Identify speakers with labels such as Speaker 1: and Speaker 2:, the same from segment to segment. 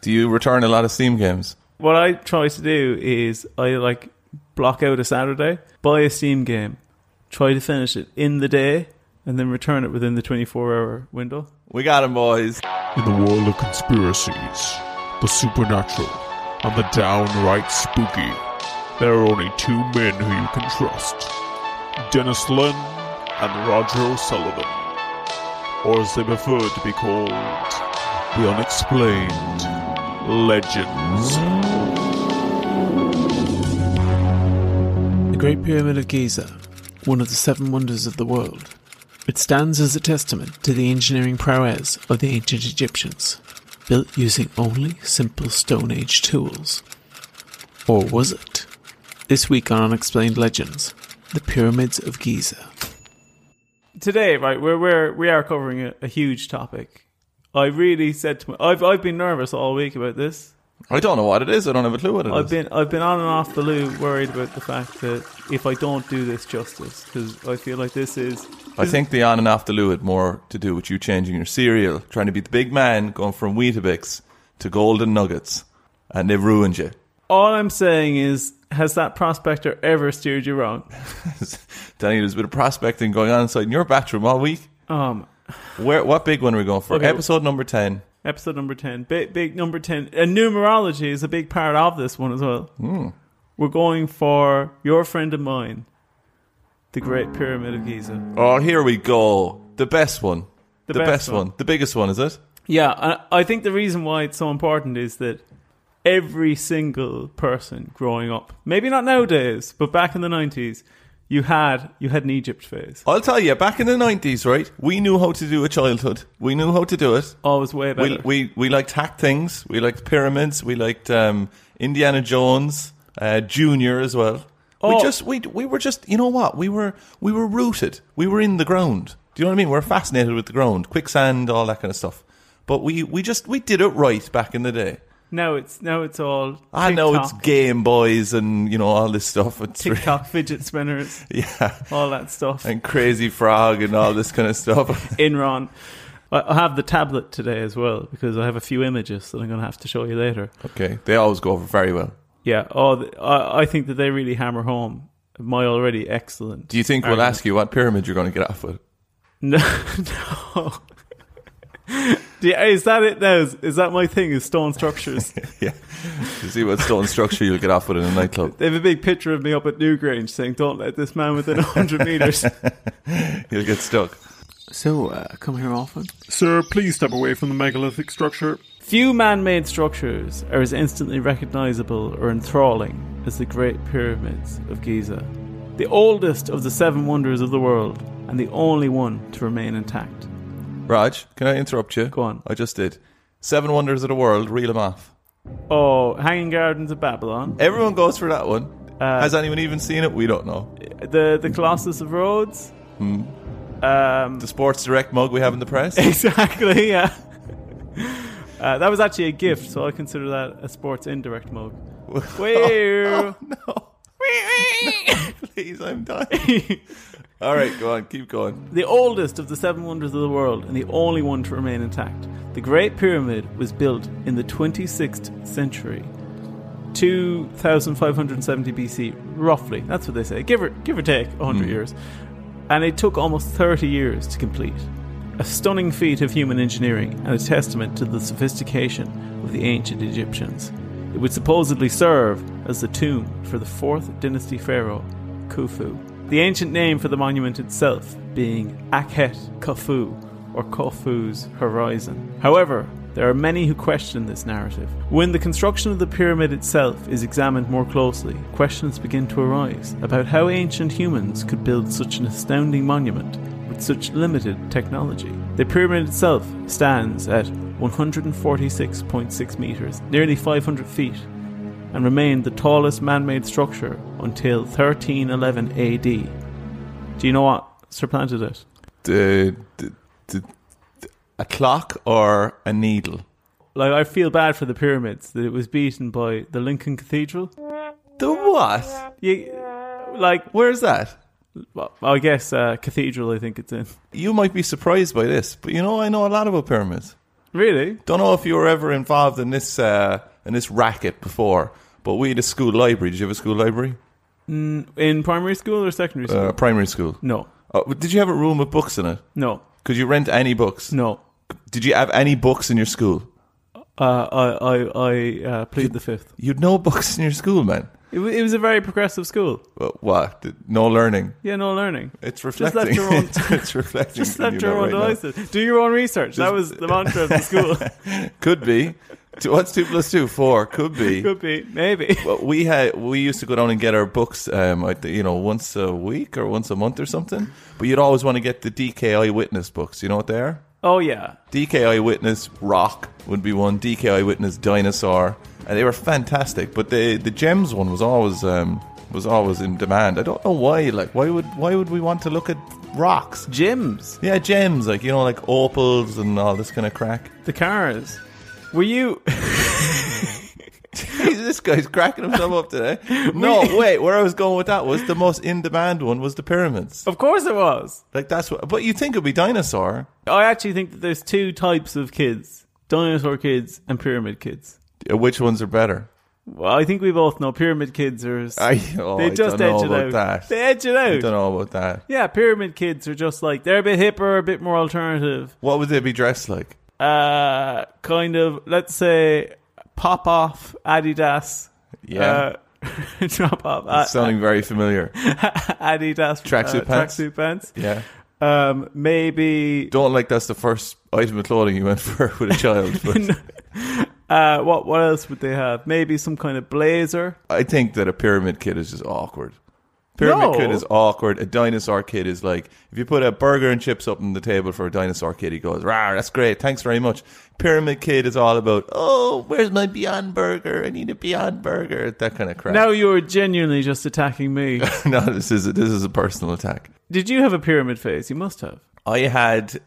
Speaker 1: Do you return a lot of Steam games?
Speaker 2: What I try to do is I like block out a Saturday, buy a Steam game, try to finish it in the day, and then return it within the 24 hour window.
Speaker 1: We got him, boys.
Speaker 3: In the world of conspiracies, the supernatural, and the downright spooky, there are only two men who you can trust Dennis Lynn and Roger O'Sullivan. Or as they prefer to be called, the unexplained legends.
Speaker 4: The Great Pyramid of Giza, one of the seven wonders of the world. It stands as a testament to the engineering prowess of the ancient Egyptians, built using only simple Stone Age tools. Or was it? This week on Unexplained Legends, the Pyramids of Giza.
Speaker 2: Today, right, we're, we're we are covering a, a huge topic. I really said to my, I've I've been nervous all week about this.
Speaker 1: I don't know what it is. I don't have a clue what it
Speaker 2: I've
Speaker 1: is.
Speaker 2: been I've been on and off the loo worried about the fact that if I don't do this justice, because I feel like this is
Speaker 1: I think the on and off the loo had more to do with you changing your cereal, trying to be the big man, going from Weetabix to Golden Nuggets, and they've ruined you.
Speaker 2: all I'm saying is, has that prospector ever steered you wrong?
Speaker 1: Danny, there's a bit of prospecting going on inside in your bathroom all week.
Speaker 2: Um,
Speaker 1: Where? What big one are we going for?
Speaker 2: Okay.
Speaker 1: Episode number ten.
Speaker 2: episode number ten, big, big number ten, and numerology is a big part of this one as well.
Speaker 1: Hmm.
Speaker 2: We're going for your friend and mine, the Great Pyramid of Giza.
Speaker 1: Oh, here we go. The best one. The,
Speaker 2: best
Speaker 1: best, one. The biggest one, is it?
Speaker 2: Yeah, I I think the reason why it's so important is that every single person growing up, maybe not nowadays, but back in the nineties, you had you had an Egypt phase.
Speaker 1: I'll tell you, back in the 90s, right, we knew how to do a childhood. We knew how to do it.
Speaker 2: Always way better.
Speaker 1: We, we, we liked hack things. We liked pyramids. We liked um, Indiana Jones uh, Junior as well.
Speaker 2: Oh.
Speaker 1: We just we we were just you know what we were we were rooted. We were in the ground. Do you know what I mean? We're fascinated with the ground, quicksand, all that kind of stuff. But we, we just we did it right back in the day.
Speaker 2: now it's now it's all
Speaker 1: I know it's
Speaker 2: TikTok,
Speaker 1: Game Boys and you know all this stuff. It's re-
Speaker 2: TikTok fidget spinners,
Speaker 1: yeah,
Speaker 2: all that stuff.
Speaker 1: and Crazy Frog and all this kind of stuff.
Speaker 2: Enron. I I have the tablet today as well because I have a few images that I'm going to have to show you later.
Speaker 1: Okay, they always go over very well.
Speaker 2: Yeah. Oh, th- I, I think that they really hammer home my already excellent.
Speaker 1: Do you think we'll
Speaker 2: Argument.
Speaker 1: ask you what pyramid you're going to get off with?
Speaker 2: No, no. Do you- is that it now? Is, is that my thing? Is stone structures?
Speaker 1: Yeah, to see what stone structure you'll get off with in a nightclub.
Speaker 2: they have a big picture of me up at Newgrange saying, "Don't let this man within hundred meters."
Speaker 1: You'll get stuck.
Speaker 4: So, uh, come here often?
Speaker 3: Sir, please step away from the megalithic structure.
Speaker 2: Few man-made structures are as instantly recognizable or enthralling as the Great Pyramids of Giza, the oldest of the seven wonders of the world, and the only one to remain intact.
Speaker 1: Raj, can I interrupt you?
Speaker 2: Go on.
Speaker 1: I just did. Seven Wonders of the World, reel them off.
Speaker 2: Oh, Hanging Gardens of Babylon,
Speaker 1: Everyone goes for that one.
Speaker 2: Uh,
Speaker 1: Has anyone even seen it? We don't know.
Speaker 2: the the Colossus of Rhodes. Um,
Speaker 1: The Sports Direct mug we have in the press?
Speaker 2: exactly. Yeah. Uh, that was actually a gift, so I consider that a sports indirect mug. Where?
Speaker 1: Oh, no. Please, I'm done. All right, go on, keep going.
Speaker 2: The oldest of the seven wonders of the world and the only one to remain intact, the Great Pyramid was built in the 26th century, 2570 BC, roughly. That's what they say, give or, give or take 100 years. And it took almost 30 years to complete. A stunning feat of human engineering and a testament to the sophistication of the ancient Egyptians. It would supposedly serve as the tomb for the 4th dynasty pharaoh, Khufu. The ancient name for the monument itself being Akhet Khufu, or Khufu's horizon. However, there are many who question this narrative. When the construction of the pyramid itself is examined more closely, questions begin to arise about how ancient humans could build such an astounding monument with such limited technology. The pyramid itself stands at 146.6 meters, nearly 500 feet, and remained the tallest man made structure until 1311 AD. Do you know what supplanted it?
Speaker 1: The, the, the, a clock or a needle?
Speaker 2: Like, I feel bad for the pyramids that it was beaten by the Lincoln Cathedral.
Speaker 1: The what?
Speaker 2: You, like,
Speaker 1: Where's that?
Speaker 2: well, I guess uh, Cathedral, I think it's in.
Speaker 1: You might be surprised by this, but you know I know a lot about pyramids.
Speaker 2: Really?
Speaker 1: Don't know if you were ever involved in this uh, in this racket before, but we had a school library. Did you have a school library?
Speaker 2: In primary school or secondary school?
Speaker 1: Uh, primary school.
Speaker 2: no.
Speaker 1: Uh, did you have a room with books in it?
Speaker 2: No.
Speaker 1: Could you rent any books?
Speaker 2: No.
Speaker 1: Did you have any books in your school?
Speaker 2: Uh, I I, I uh, plead the fifth.
Speaker 1: You'd no books in your school, man.
Speaker 2: It, wa- it was a very progressive school.
Speaker 1: Uh, What? Th- No learning.
Speaker 2: Yeah, no learning.
Speaker 1: It's
Speaker 2: left
Speaker 1: reflecting.
Speaker 2: your own-
Speaker 1: it's reflecting.
Speaker 2: Just
Speaker 1: on
Speaker 2: left
Speaker 1: you
Speaker 2: your
Speaker 1: now,
Speaker 2: own
Speaker 1: right now.
Speaker 2: devices. Do your own research. that was the mantra of the school.
Speaker 1: Could be. Two- What's two plus two? Four. Could be.
Speaker 2: Could be, maybe.
Speaker 1: Well, we had we used to go down and get our books, um, I thi- you know, once a week or once a month or something. But you'd always want to get the DKI Witness books. You know what they are?
Speaker 2: Oh yeah,
Speaker 1: DKI Witness Rock would be one. DKI Witness Dinosaur, and they were fantastic. But the the gems one was always um, was always in demand. I don't know why. Like, why would why would we want to look at rocks?
Speaker 2: gyms,
Speaker 1: Yeah, gems like you know, like opals and all this kind of crack.
Speaker 2: the cars. Were you?
Speaker 1: Jeez, this guy's cracking himself up today. No, wait. Where I was going with that was the most in demand one was the pyramids.
Speaker 2: of course it was.
Speaker 1: Like that's what. But you think it'd be dinosaur?
Speaker 2: I actually think that there's two types of kids: dinosaur kids and pyramid kids.
Speaker 1: Uh, Which ones are better?
Speaker 2: Well, I think we both know pyramid kids are. s-
Speaker 1: I, oh,
Speaker 2: they
Speaker 1: I
Speaker 2: just
Speaker 1: don't
Speaker 2: edge
Speaker 1: know
Speaker 2: it out.
Speaker 1: about that.
Speaker 2: They edge it
Speaker 1: I
Speaker 2: out.
Speaker 1: don't know about that.
Speaker 2: Yeah, pyramid kids are just like they're a bit hipper, a bit more alternative.
Speaker 1: What would they be dressed like?
Speaker 2: Uh, kind of let's say pop off Adidas.
Speaker 1: Yeah,
Speaker 2: Uh, drop off uh,
Speaker 1: it's sounding very familiar.
Speaker 2: Adidas
Speaker 1: Tracksuit
Speaker 2: uh,
Speaker 1: pants.
Speaker 2: Tracksuit pants.
Speaker 1: Yeah,
Speaker 2: Um, maybe
Speaker 1: don't like that's the first item of clothing you went for with a child. But
Speaker 2: uh, what? What else would they have? Maybe some kind of blazer.
Speaker 1: I think that a pyramid kid is just awkward. Pyramid
Speaker 2: No.
Speaker 1: kid is awkward. A dinosaur kid is like if you put a burger and chips up on the table for a dinosaur kid, he goes, "Rah, that's great, thanks very much." Pyramid kid is all about, "Oh, where's my Beyond Burger? I need a Beyond Burger." That kind of crap.
Speaker 2: Now you're genuinely just attacking me.
Speaker 1: no, this is a, this is a personal attack.
Speaker 2: Did you have a pyramid phase? You must have.
Speaker 1: I had.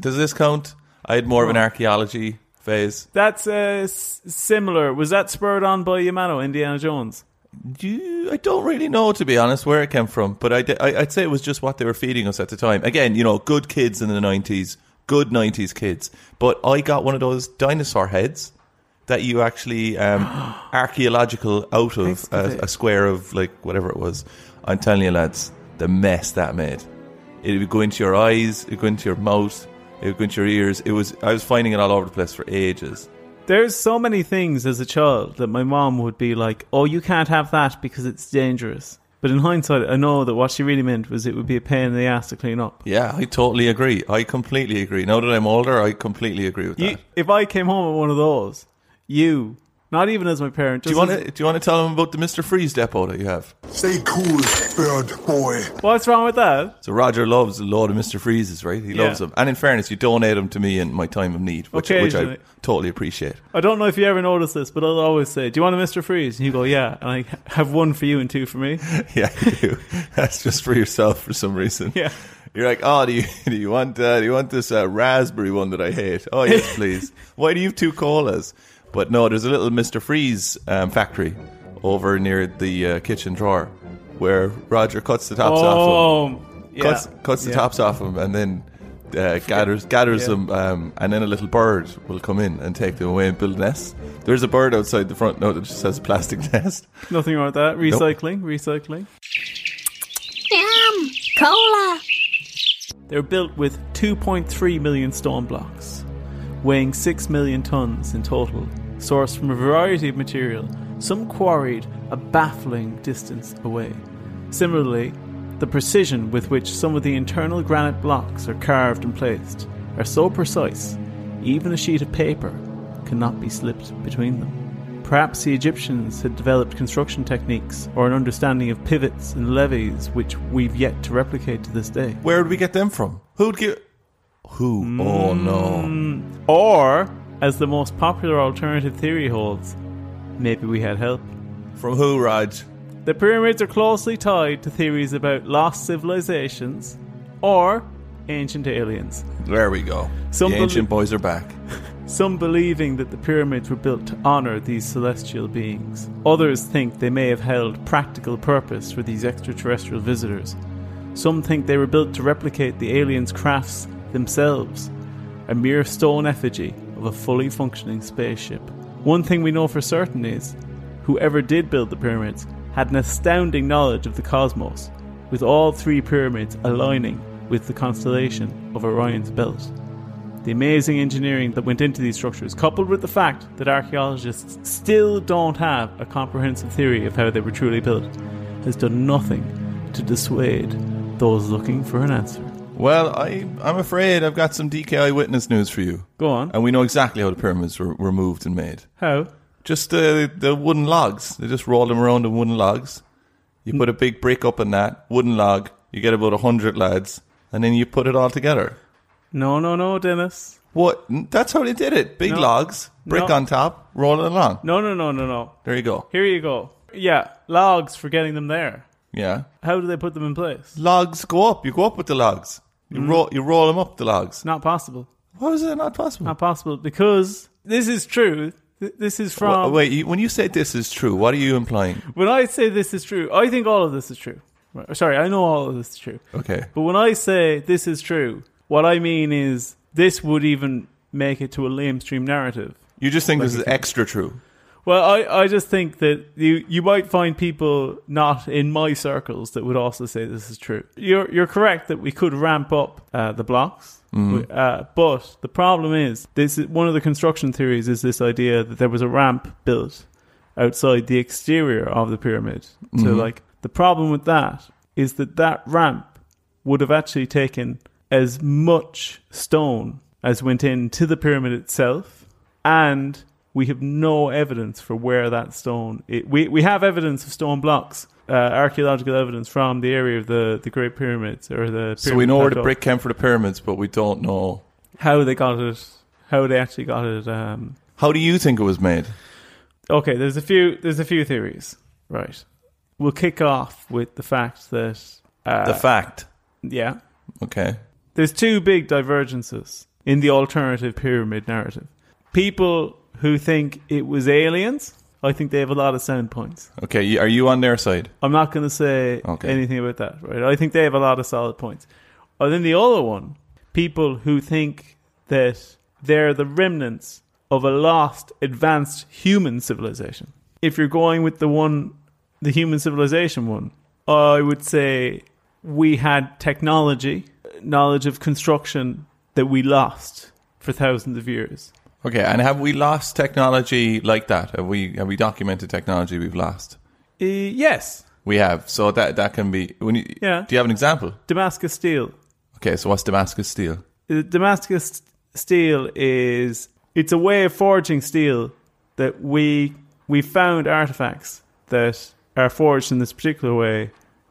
Speaker 1: Does this count? I had more of an archaeology phase.
Speaker 2: That's uh, s- similar. Was that spurred on by Yamato, Indiana Jones?
Speaker 1: Do you- I don't really know, to be honest, where it came from, but I, I, would say it was just what they were feeding us at the time. Again, you know, good kids in the 90s, good 90s kids. But I got one of those dinosaur heads that you actually um, archaeological out of a,
Speaker 2: Excavate.
Speaker 1: a square of, like, whatever it was. I'm telling you, lads, the mess that made. It would go into your eyes, it would go into your mouth, it would go into your ears. It was, I was finding it all over the place for ages.
Speaker 2: There's so many things as a child that my mom would be like, "Oh, you can't have that because it's dangerous." But in hindsight, I know that what she really meant was it would be a pain in the ass to clean up.
Speaker 1: Yeah, I totally agree. I completely agree. Now that I'm older, I completely agree with that.
Speaker 2: You, if I came home with one of those, you, not even as my parent,
Speaker 1: Do
Speaker 2: just
Speaker 1: you want
Speaker 2: as-
Speaker 1: to? Do you want to tell them about the Mister Freeze depot that you have?
Speaker 5: Stay cool, bird boy.
Speaker 2: what's wrong with that?
Speaker 1: So Roger loves a load of Mister Freezes, right? He
Speaker 2: Yeah.
Speaker 1: loves them, and in fairness, you donate them to me in my time of need, which, which I
Speaker 2: Occasionally.
Speaker 1: totally appreciate.
Speaker 2: I don't know if you ever noticed this, but I'll always say, "Do you want a Mister Freeze?" And you go, "Yeah," and I have one for you and two for me.
Speaker 1: Yeah, you do. that's just for yourself for some reason.
Speaker 2: Yeah.
Speaker 1: You're like, oh, do you do you want uh, do you want this uh, raspberry one that I hate? Oh yes, please. Why do you have two colas? But no, there's a little Mister Freeze um, factory over near the uh, kitchen drawer where Roger cuts the tops off. them.
Speaker 2: Oh, yeah.
Speaker 1: cuts cuts the
Speaker 2: Yeah.
Speaker 1: tops off them and then uh, gathers gathers
Speaker 2: Yeah.
Speaker 1: them um, and then a little bird will come in and take them away and build nests. There's a bird outside the front now that just has a plastic nest.
Speaker 2: Nothing wrong with that. Recycling, recycling.
Speaker 6: Yum! Cola!
Speaker 2: They're built with 2.3 million stone blocks, weighing 6 million tons in total, sourced from a variety of material, some quarried a baffling distance away. Similarly, the precision with which some of the internal granite blocks are carved and placed are so precise, even a sheet of paper cannot be slipped between them. Perhaps the Egyptians had developed construction techniques or an understanding of pivots and levees which we've yet to replicate to this day.
Speaker 1: Where would we get them from? Who'd give? Who? Oh
Speaker 2: Mm.
Speaker 1: no!
Speaker 2: Or, as the most popular alternative theory holds, maybe we had help.
Speaker 1: From who, Raj?
Speaker 2: The pyramids are closely tied to theories about lost civilizations or ancient aliens.
Speaker 1: There we go.
Speaker 2: Some
Speaker 1: the ancient
Speaker 2: belie-
Speaker 1: boys are back.
Speaker 2: Some believing that the pyramids were built to honor these celestial beings. Others think they may have held practical purpose for these extraterrestrial visitors. Some think they were built to replicate the aliens' crafts themselves. A mere stone effigy of a fully functioning spaceship. One thing we know for certain is whoever did build the pyramids had an astounding knowledge of the cosmos, with all three pyramids aligning with the constellation of Orion's belt. The amazing engineering that went into these structures, coupled with the fact that archaeologists still don't have a comprehensive theory of how they were truly built, has done nothing to dissuade those looking for an answer.
Speaker 1: Well, I, I'm afraid I've got some DKI witness news for you.
Speaker 2: Go on.
Speaker 1: And we know exactly how the pyramids were, were moved and made.
Speaker 2: How?
Speaker 1: Just uh, the wooden logs. They just rolled them around in wooden logs. You put a big brick up in that wooden log. You get about a hundred lads, and then you put it all together.
Speaker 2: No, no, no, Dennis.
Speaker 1: What? That's how they did it. Big
Speaker 2: No.
Speaker 1: logs, brick
Speaker 2: No.
Speaker 1: on top, roll it along.
Speaker 2: No, no, no, no, no.
Speaker 1: There you go.
Speaker 2: Here you go. Yeah, logs for getting them there.
Speaker 1: Yeah,
Speaker 2: How do they put them in place?
Speaker 1: logs go up. You go up with the logs. You
Speaker 2: Mm.
Speaker 1: roll. You roll them up the logs.
Speaker 2: It's not possible.
Speaker 1: How is that not possible?
Speaker 2: Not possible because this is true. Th- This is
Speaker 1: Wha-
Speaker 2: from.
Speaker 1: Oh, Wait, you, when you say this is true, what are you implying?
Speaker 2: When I say this is true, I think all of this is true. Right, Sorry, I know all of this is true.
Speaker 1: Okay.
Speaker 2: But when I say this is true, what I mean is this would even make it to a lamestream narrative.
Speaker 1: You just think this is extra true.
Speaker 2: Well, I, I just think that you, you might find people not in my circles that would also say this is true. You're, you're correct that we could ramp up uh, the blocks, We- uh, but the problem is this is, one of the construction theories is this idea that there was a ramp built outside the exterior of the pyramid. So,
Speaker 1: Mm-hmm.
Speaker 2: like, the problem with that is that that ramp would have actually taken as much stone as went into the pyramid itself, and we have no evidence for where that stone. It, we we have evidence of stone blocks, uh, archaeological evidence from the area of the the Great Pyramids or the.
Speaker 1: So we know where the
Speaker 2: Plateau.
Speaker 1: brick came for the pyramids, but we don't know.
Speaker 2: how they got it, how they actually got it. Um,
Speaker 1: How do you think it was made?
Speaker 2: okay, there's a few there's a few theories, right? We'll kick off with the fact that uh,
Speaker 1: The fact.
Speaker 2: yeah,
Speaker 1: Okay.
Speaker 2: there's two big divergences in the alternative pyramid narrative. People who think it was aliens, I think they have a lot of sound points.
Speaker 1: Okay. y- Are you on their side?
Speaker 2: I'm not going to say
Speaker 1: Okay.
Speaker 2: anything about that, right? I think they have a lot of solid points. And then the other one, people who think that they're the remnants of a lost advanced human civilization. If you're going with the one, the human civilization one, I would say we had technology, knowledge of construction that we lost for thousands of years.
Speaker 1: Okay. And have we lost technology like that? Have we have we documented technology we've lost?
Speaker 2: Uh, yes,
Speaker 1: We have. So that that can be. When you,
Speaker 2: Yeah.
Speaker 1: Do you have an example?
Speaker 2: Damascus steel.
Speaker 1: Okay. So what's Damascus steel?
Speaker 2: the Damascus steel is it's a way of forging steel that we we found artifacts that are forged in this particular way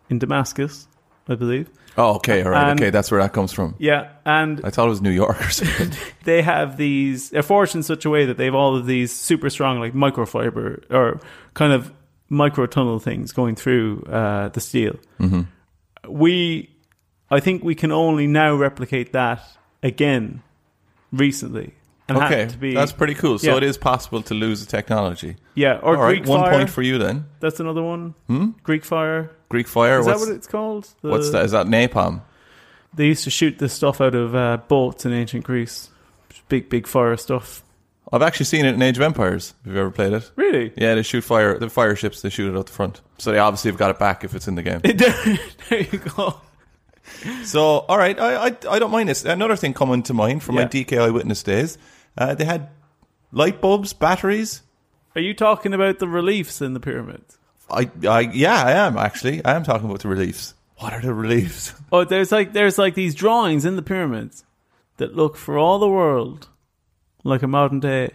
Speaker 2: in Damascus, I believe.
Speaker 1: Oh, okay. All right.
Speaker 2: And-
Speaker 1: okay. That's where that comes from.
Speaker 2: Yeah, and
Speaker 1: I thought it was New York or something.
Speaker 2: they have these they're forged in such a way that they have all of these super strong like microfiber or kind of micro tunnel things going through uh, the steel.
Speaker 1: Mm-hmm.
Speaker 2: We, I think we can only now replicate that again recently. And have
Speaker 1: okay.
Speaker 2: to be,
Speaker 1: That's pretty cool. So
Speaker 2: yeah.
Speaker 1: it is possible to lose the technology.
Speaker 2: Yeah, or
Speaker 1: All right.
Speaker 2: Greek
Speaker 1: one
Speaker 2: fire.
Speaker 1: point for you then.
Speaker 2: That's another one. Hmm? Greek fire.
Speaker 1: Greek fire.
Speaker 2: Is
Speaker 1: what's,
Speaker 2: that what it's called? The-
Speaker 1: what's that? Is that napalm?
Speaker 2: They used to shoot this stuff out of uh, boats in ancient Greece. Big, big fire stuff.
Speaker 1: I've actually seen it in Age of Empires. Have you ever played it?
Speaker 2: Really?
Speaker 1: Yeah, they shoot fire. The fire ships. They shoot it out the front. So they obviously have got it back if it's in the game.
Speaker 2: there, there you go.
Speaker 1: so all right, I, I I don't mind this. Another thing coming to mind from my
Speaker 2: Yeah.
Speaker 1: DKI witness days, uh, they had light bulbs, batteries.
Speaker 2: Are you talking about the reliefs in the pyramid?
Speaker 1: I I yeah, I am actually. I am talking about the reliefs. What are the reliefs?
Speaker 2: Oh, there's like there's like these drawings in the pyramids that look for all the world like a modern day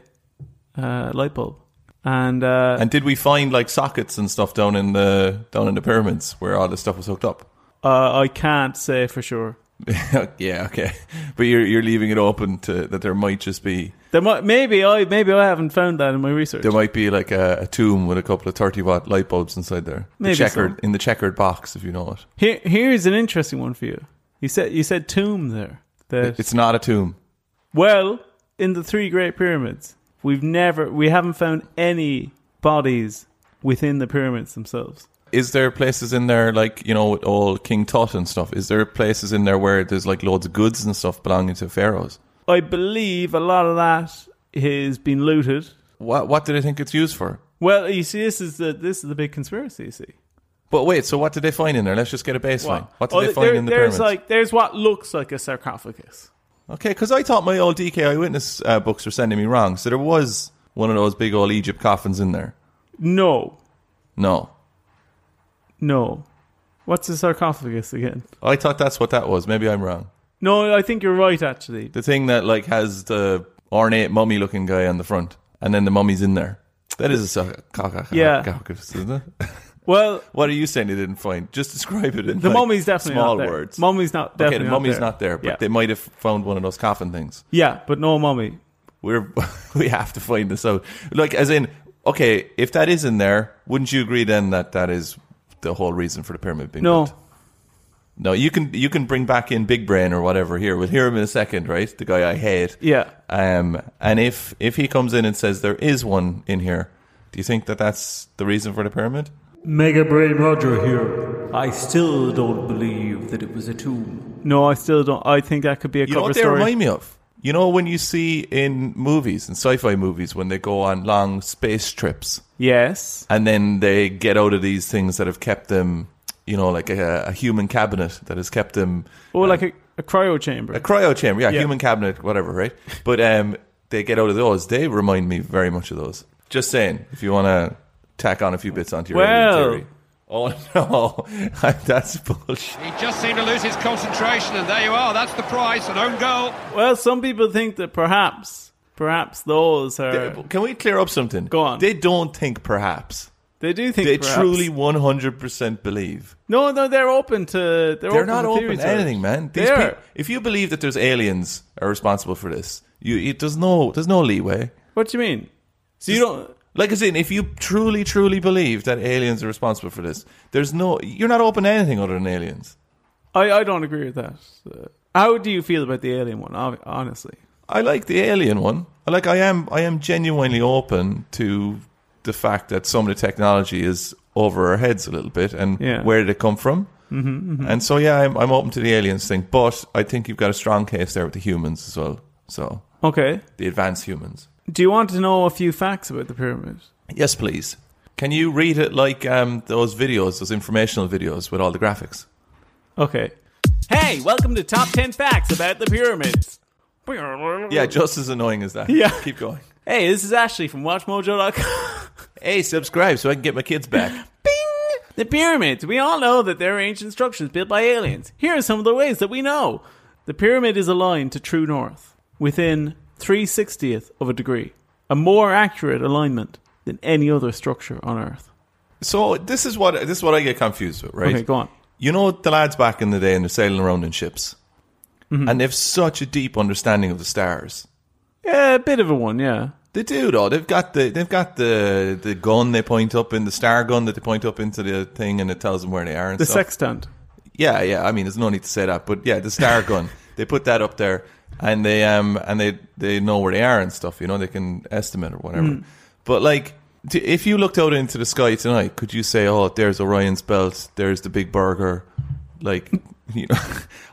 Speaker 2: uh, light bulb. And, uh,
Speaker 1: And did we find like sockets and stuff down in the down in the pyramids where all this stuff was hooked up?
Speaker 2: uh, I can't say for sure.
Speaker 1: yeah, okay. But you're you're leaving it open to that there might just be
Speaker 2: There might, maybe I maybe I haven't found that in my research.
Speaker 1: There might be like a, a tomb with a couple of thirty watt light bulbs inside there.
Speaker 2: Maybe
Speaker 1: the checkered
Speaker 2: so.
Speaker 1: in the checkered box, if you know it.
Speaker 2: Here, here's an interesting one for you. You said you said tomb there. That
Speaker 1: It's not a tomb.
Speaker 2: well, in the three great pyramids, we've never we haven't found any bodies within the pyramids themselves.
Speaker 1: Is there places in there like you know with old King Tut and stuff? Is there places in there where there's like loads of goods and stuff belonging to pharaohs?
Speaker 2: I believe a lot of that has been looted.
Speaker 1: What what do they think it's used for?
Speaker 2: Well, you see, this is the this is the big conspiracy. You see,
Speaker 1: But wait, so what did they find in there? Let's just get a baseline. What, did
Speaker 2: Oh,
Speaker 1: they
Speaker 2: there-
Speaker 1: find in the
Speaker 2: there's
Speaker 1: pyramids?
Speaker 2: like there's what looks like a sarcophagus.
Speaker 1: Okay, because I thought my old DK eyewitness uh, books were sending me wrong. So there was one of those big old Egypt coffins in there.
Speaker 2: No,
Speaker 1: No,
Speaker 2: no. What's a sarcophagus again?
Speaker 1: I thought that's what that was. Maybe I'm wrong.
Speaker 2: No, I think you're right. Actually,
Speaker 1: The thing that like has the ornate mummy-looking guy on the front, and then the mummy's in there. That is a sarcophagus,
Speaker 2: Yeah.
Speaker 1: isn't it?
Speaker 2: well,
Speaker 1: What are you saying they didn't find? Just describe it in
Speaker 2: the
Speaker 1: like,
Speaker 2: mummy's definitely
Speaker 1: small
Speaker 2: not there.
Speaker 1: words.
Speaker 2: Mummy's not
Speaker 1: okay,
Speaker 2: definitely
Speaker 1: the mummy's
Speaker 2: not
Speaker 1: not there, but
Speaker 2: yeah.
Speaker 1: they might have found one of those coffin things.
Speaker 2: yeah, but no mummy.
Speaker 1: We're we have to find this out. Like, as in, okay, if that is in there, wouldn't you agree then that that is the whole reason for the pyramid being
Speaker 2: No,
Speaker 1: built? No, you can you can bring back in Big Brain or whatever here. We'll hear him in a second, right? The guy I hate.
Speaker 2: yeah.
Speaker 1: Um, and if if he comes in and says there is one in here, do you think that that's the reason for the pyramid?
Speaker 7: Mega Brain Roger here. I still don't believe that it was a tomb.
Speaker 2: No, I still don't. I think that could be a
Speaker 1: You know
Speaker 2: cover
Speaker 1: what they
Speaker 2: story.
Speaker 1: remind me of? You know when you see in movies and sci-fi movies when they go on long space trips
Speaker 2: yes.
Speaker 1: and then they get out of these things that have kept them, you know, like a, a human cabinet that has kept them
Speaker 2: Or like a, a cryo chamber.
Speaker 1: a cryo chamber, yeah,
Speaker 2: Yeah.
Speaker 1: human cabinet, whatever, right? But um, they get out of those. They remind me very much of those. Just saying, if you want to tack on a few bits onto your alien
Speaker 2: Well.
Speaker 1: theory. Oh no, that's bullshit.
Speaker 8: He just seemed to lose his concentration, and there you are. That's the price, an own goal.
Speaker 2: well, some people think that perhaps, perhaps those are.
Speaker 1: Can we clear up something?
Speaker 2: Go on.
Speaker 1: They don't think perhaps.
Speaker 2: They do think
Speaker 1: They
Speaker 2: perhaps.
Speaker 1: truly 100% believe.
Speaker 2: No, no, they're open to. They're,
Speaker 1: They're
Speaker 2: open
Speaker 1: not
Speaker 2: to
Speaker 1: open
Speaker 2: theories
Speaker 1: to
Speaker 2: of it.
Speaker 1: anything, man. These
Speaker 2: They're-
Speaker 1: peo- if you believe that there's aliens are responsible for this, you it, there's no there's no leeway.
Speaker 2: What do you mean? So you don't.
Speaker 1: Like I said, if you truly, truly believe that aliens are responsible for this, there's no you're not open to anything other than aliens.
Speaker 2: I, I don't agree with that. Uh, how do you feel about the alien one? hon- Honestly,
Speaker 1: I like the alien one. I Like I am I am genuinely open to the fact that some of the technology is over our heads a little bit and
Speaker 2: Yeah.
Speaker 1: where did it come from? Mm-hmm, And so yeah, I'm I'm open to the aliens thing, but I think you've got a strong case there with the humans as well. So
Speaker 2: okay.
Speaker 1: the advanced humans.
Speaker 2: Do you want to know a few facts about the pyramid?
Speaker 1: Yes, please. Can you read it like um, those videos, those informational videos with all the graphics?
Speaker 2: Okay. Hey, welcome to top ten facts about the pyramids.
Speaker 1: Yeah, just as annoying as that.
Speaker 2: Yeah.
Speaker 1: Keep going.
Speaker 2: Hey, this is Ashley from WatchMojo.com.
Speaker 1: Hey, subscribe so I can get my kids back.
Speaker 2: The pyramids. We all know that they're ancient structures built by aliens. Here are some of the ways that we know. The pyramid is aligned to true north, within 360th of a degree, a more accurate alignment than any other structure on Earth.
Speaker 1: So this is what this is what I get confused with, right?
Speaker 2: Okay, go on.
Speaker 1: You know the lads back in the day and they're sailing around in ships. And they've such a deep understanding of the stars.
Speaker 2: Yeah, a bit of a one, yeah.
Speaker 1: They do though. They've got the they've got the the gun they point up in the star gun that they point up into the thing and it tells them where they are and
Speaker 2: The
Speaker 1: stuff.
Speaker 2: sextant.
Speaker 1: Yeah, yeah. I mean, there's no need to say that, but yeah, the star gun. they put that up there, and they um and they they know where they are and stuff. You know, they can estimate or whatever. But like, t- if you looked out into the sky tonight, could you say, "Oh, there's Orion's belt. There's the Big Burger." Like, you know,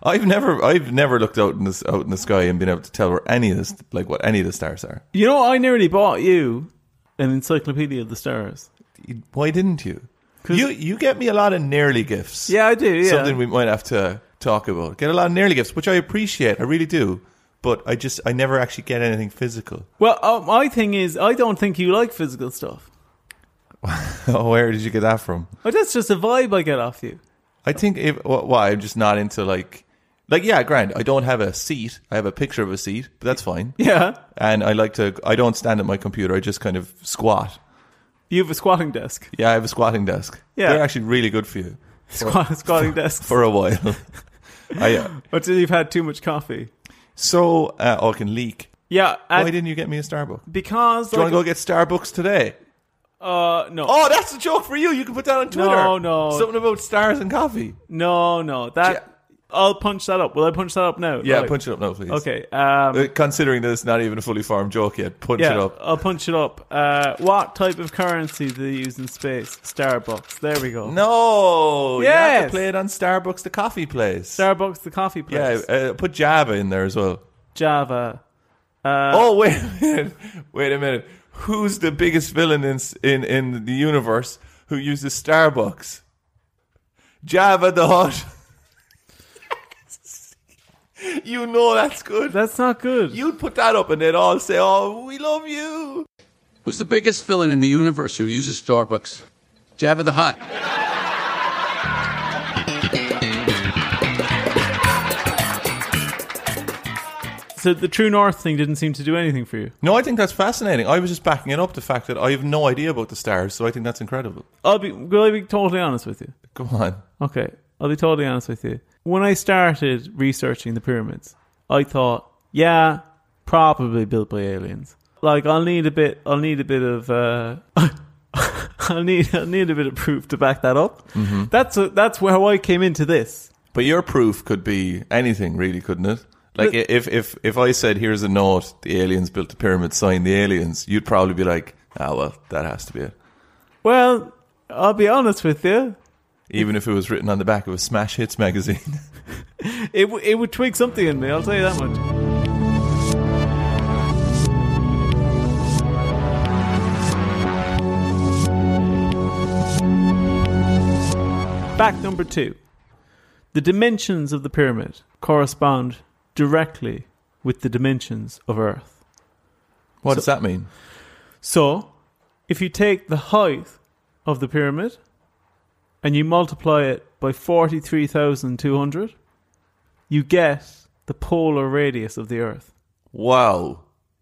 Speaker 1: I've never I've never looked out in this out in the sky and been able to tell where any of this like what any of the stars are.
Speaker 2: You know, I nearly bought you an encyclopedia of the stars.
Speaker 1: Why didn't you? You you get me a lot of nearly gifts.
Speaker 2: Yeah, I do, yeah.
Speaker 1: something we might have to talk about. Get a lot of nearly gifts, which I appreciate. I really do. But I just, I never actually get anything physical.
Speaker 2: well, uh, my thing is, I don't think you like physical stuff.
Speaker 1: oh, where did you get that from?
Speaker 2: Oh, that's just a vibe I get off you.
Speaker 1: I think if, wh- why, I'm just not into like, like, yeah, grand. I don't have a seat. I have a picture of a seat, but that's fine.
Speaker 2: Yeah.
Speaker 1: And I like to, I don't stand at my computer. I just kind of squat.
Speaker 2: You have a squatting desk.
Speaker 1: Yeah, I have a squatting desk.
Speaker 2: Yeah.
Speaker 1: They're actually really good for you
Speaker 2: Squat, squatting desk.
Speaker 1: for a while. I, uh,
Speaker 2: Until you've had too much coffee.
Speaker 1: so, uh, oh, I can leak.
Speaker 2: Yeah,
Speaker 1: Why
Speaker 2: and
Speaker 1: didn't you get me a Starbucks?
Speaker 2: because
Speaker 1: Do you want to go
Speaker 2: like,
Speaker 1: get Starbucks today?
Speaker 2: uh, no,
Speaker 1: Oh, that's a joke for you. You can put that on Twitter.
Speaker 2: No, no.
Speaker 1: Something about stars and coffee.
Speaker 2: no, no, that I'll punch that up. Will I punch that up now?
Speaker 1: Yeah,
Speaker 2: Like,
Speaker 1: punch it up now, please.
Speaker 2: Okay, um,
Speaker 1: Uh, Considering that it's not even a fully formed joke yet, punch it
Speaker 2: yeah,
Speaker 1: up.
Speaker 2: I'll punch it up. Uh, what type of currency do they use in space? Starbucks. There we go.
Speaker 1: No, you have to
Speaker 2: Yes.
Speaker 1: play it on Starbucks, the coffee place.
Speaker 2: Starbucks, the coffee
Speaker 1: yeah,
Speaker 2: place.
Speaker 1: uh, put Java in there as well.
Speaker 2: Java.
Speaker 1: oh wait a minute, wait a minute. Who's the biggest villain in s- in, in the universe who uses Starbucks? Java the Hutt. you know that's good.
Speaker 2: That's not good.
Speaker 1: You'd put that up and they'd all say, "Oh, we love you."
Speaker 9: Who's the biggest villain in the universe who uses Starbucks? Java the Hutt.
Speaker 2: so the True North thing didn't seem to do anything for you.
Speaker 1: No, I think that's fascinating. I was just backing it up the fact that I have no idea about the stars, so I think that's incredible.
Speaker 2: I'll be, will I be totally honest with you?
Speaker 1: Go on.
Speaker 2: Okay, I'll be totally honest with you. When I started researching the pyramids, I thought, yeah, probably built by aliens. Like, I'll need a bit. I'll need a bit of. Uh, I'll need. I'll need a bit of proof to back that up. That's a, that's where I came into this.
Speaker 1: But your proof could be anything, really, couldn't it? Like i if if if I said, "Here's a note: the aliens built the pyramids. Sign the aliens," you'd probably be like, "Ah, well, that has to be it."
Speaker 2: Well, I'll be honest with you.
Speaker 1: Even if it was written on the back of a smash hits magazine.
Speaker 2: It w- it would tweak something in me. I'll tell you that much. Fact number two: the dimensions of the pyramid correspond directly with the dimensions of Earth.
Speaker 1: what does that mean?
Speaker 2: So, if you take the height of the pyramid and you multiply it by 43,200, you get the polar radius of the Earth.
Speaker 1: Wow,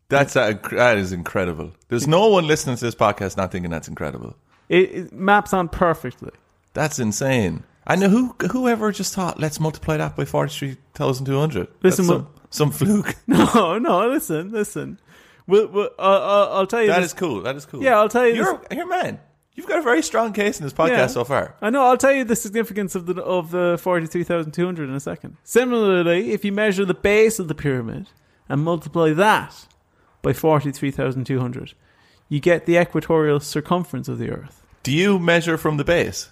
Speaker 1: that's a, that is incredible. There's no one listening to this podcast not thinking that's incredible.
Speaker 2: It, it maps on perfectly.
Speaker 1: That's insane. And who whoever just thought, "Let's multiply that by forty-three thousand two hundred.
Speaker 2: Listen,
Speaker 1: some, some fluke.
Speaker 2: No, no, listen, listen. We'll, we'll, uh, uh, I'll tell you
Speaker 1: That
Speaker 2: this.
Speaker 1: is cool. That is cool.
Speaker 2: Yeah, I'll tell you
Speaker 1: You're, here, man. You've got a very strong case in this podcast
Speaker 2: Yeah.
Speaker 1: so far.
Speaker 2: I know. I'll tell you the significance of the of the forty three thousand two hundred in a second. Similarly, if you measure the base of the pyramid and multiply that by forty three thousand two hundred, you get the equatorial circumference of the Earth.
Speaker 1: Do you measure from the base?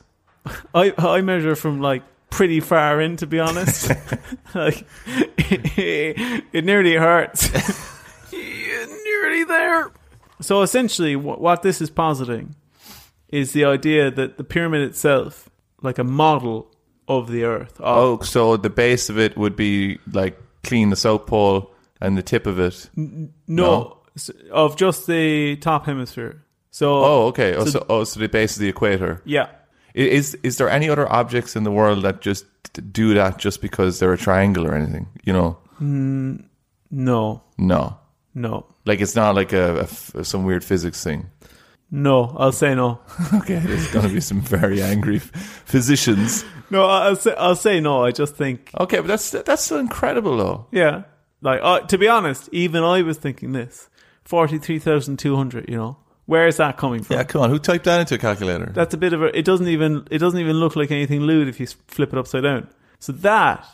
Speaker 2: I I measure from like pretty far in, to be honest. like it, nearly hurts. You're nearly there. So essentially, what, what this is positing is the idea that the pyramid itself, like a model of the Earth, of-
Speaker 1: Oh, so the base of it would be like clean the South Pole and the tip of it. no.
Speaker 2: no, s of just the top hemisphere. So
Speaker 1: Oh, okay. Oh,
Speaker 2: So-
Speaker 1: so, oh, so the base of the equator.
Speaker 2: yeah,
Speaker 1: I- Is is there any other objects in the world that just d- do that just because they're a triangle or anything? You know,
Speaker 2: no,
Speaker 1: no.
Speaker 2: no,
Speaker 1: Like it's not like a, a f- some weird physics thing.
Speaker 2: no. I'll say no.
Speaker 1: Okay, there's going to be some very angry f- physicians.
Speaker 2: No, I- I'll say I'll say no. I just think
Speaker 1: Okay, but that's that's still incredible though.
Speaker 2: Yeah. Like, uh, to be honest, even I was thinking this 43,200, you know, where is that coming from?
Speaker 1: Yeah, come on. Who typed that into a calculator?
Speaker 2: That's a bit of a, it doesn't even, it doesn't even look like anything lewd if you s- flip it upside down. So that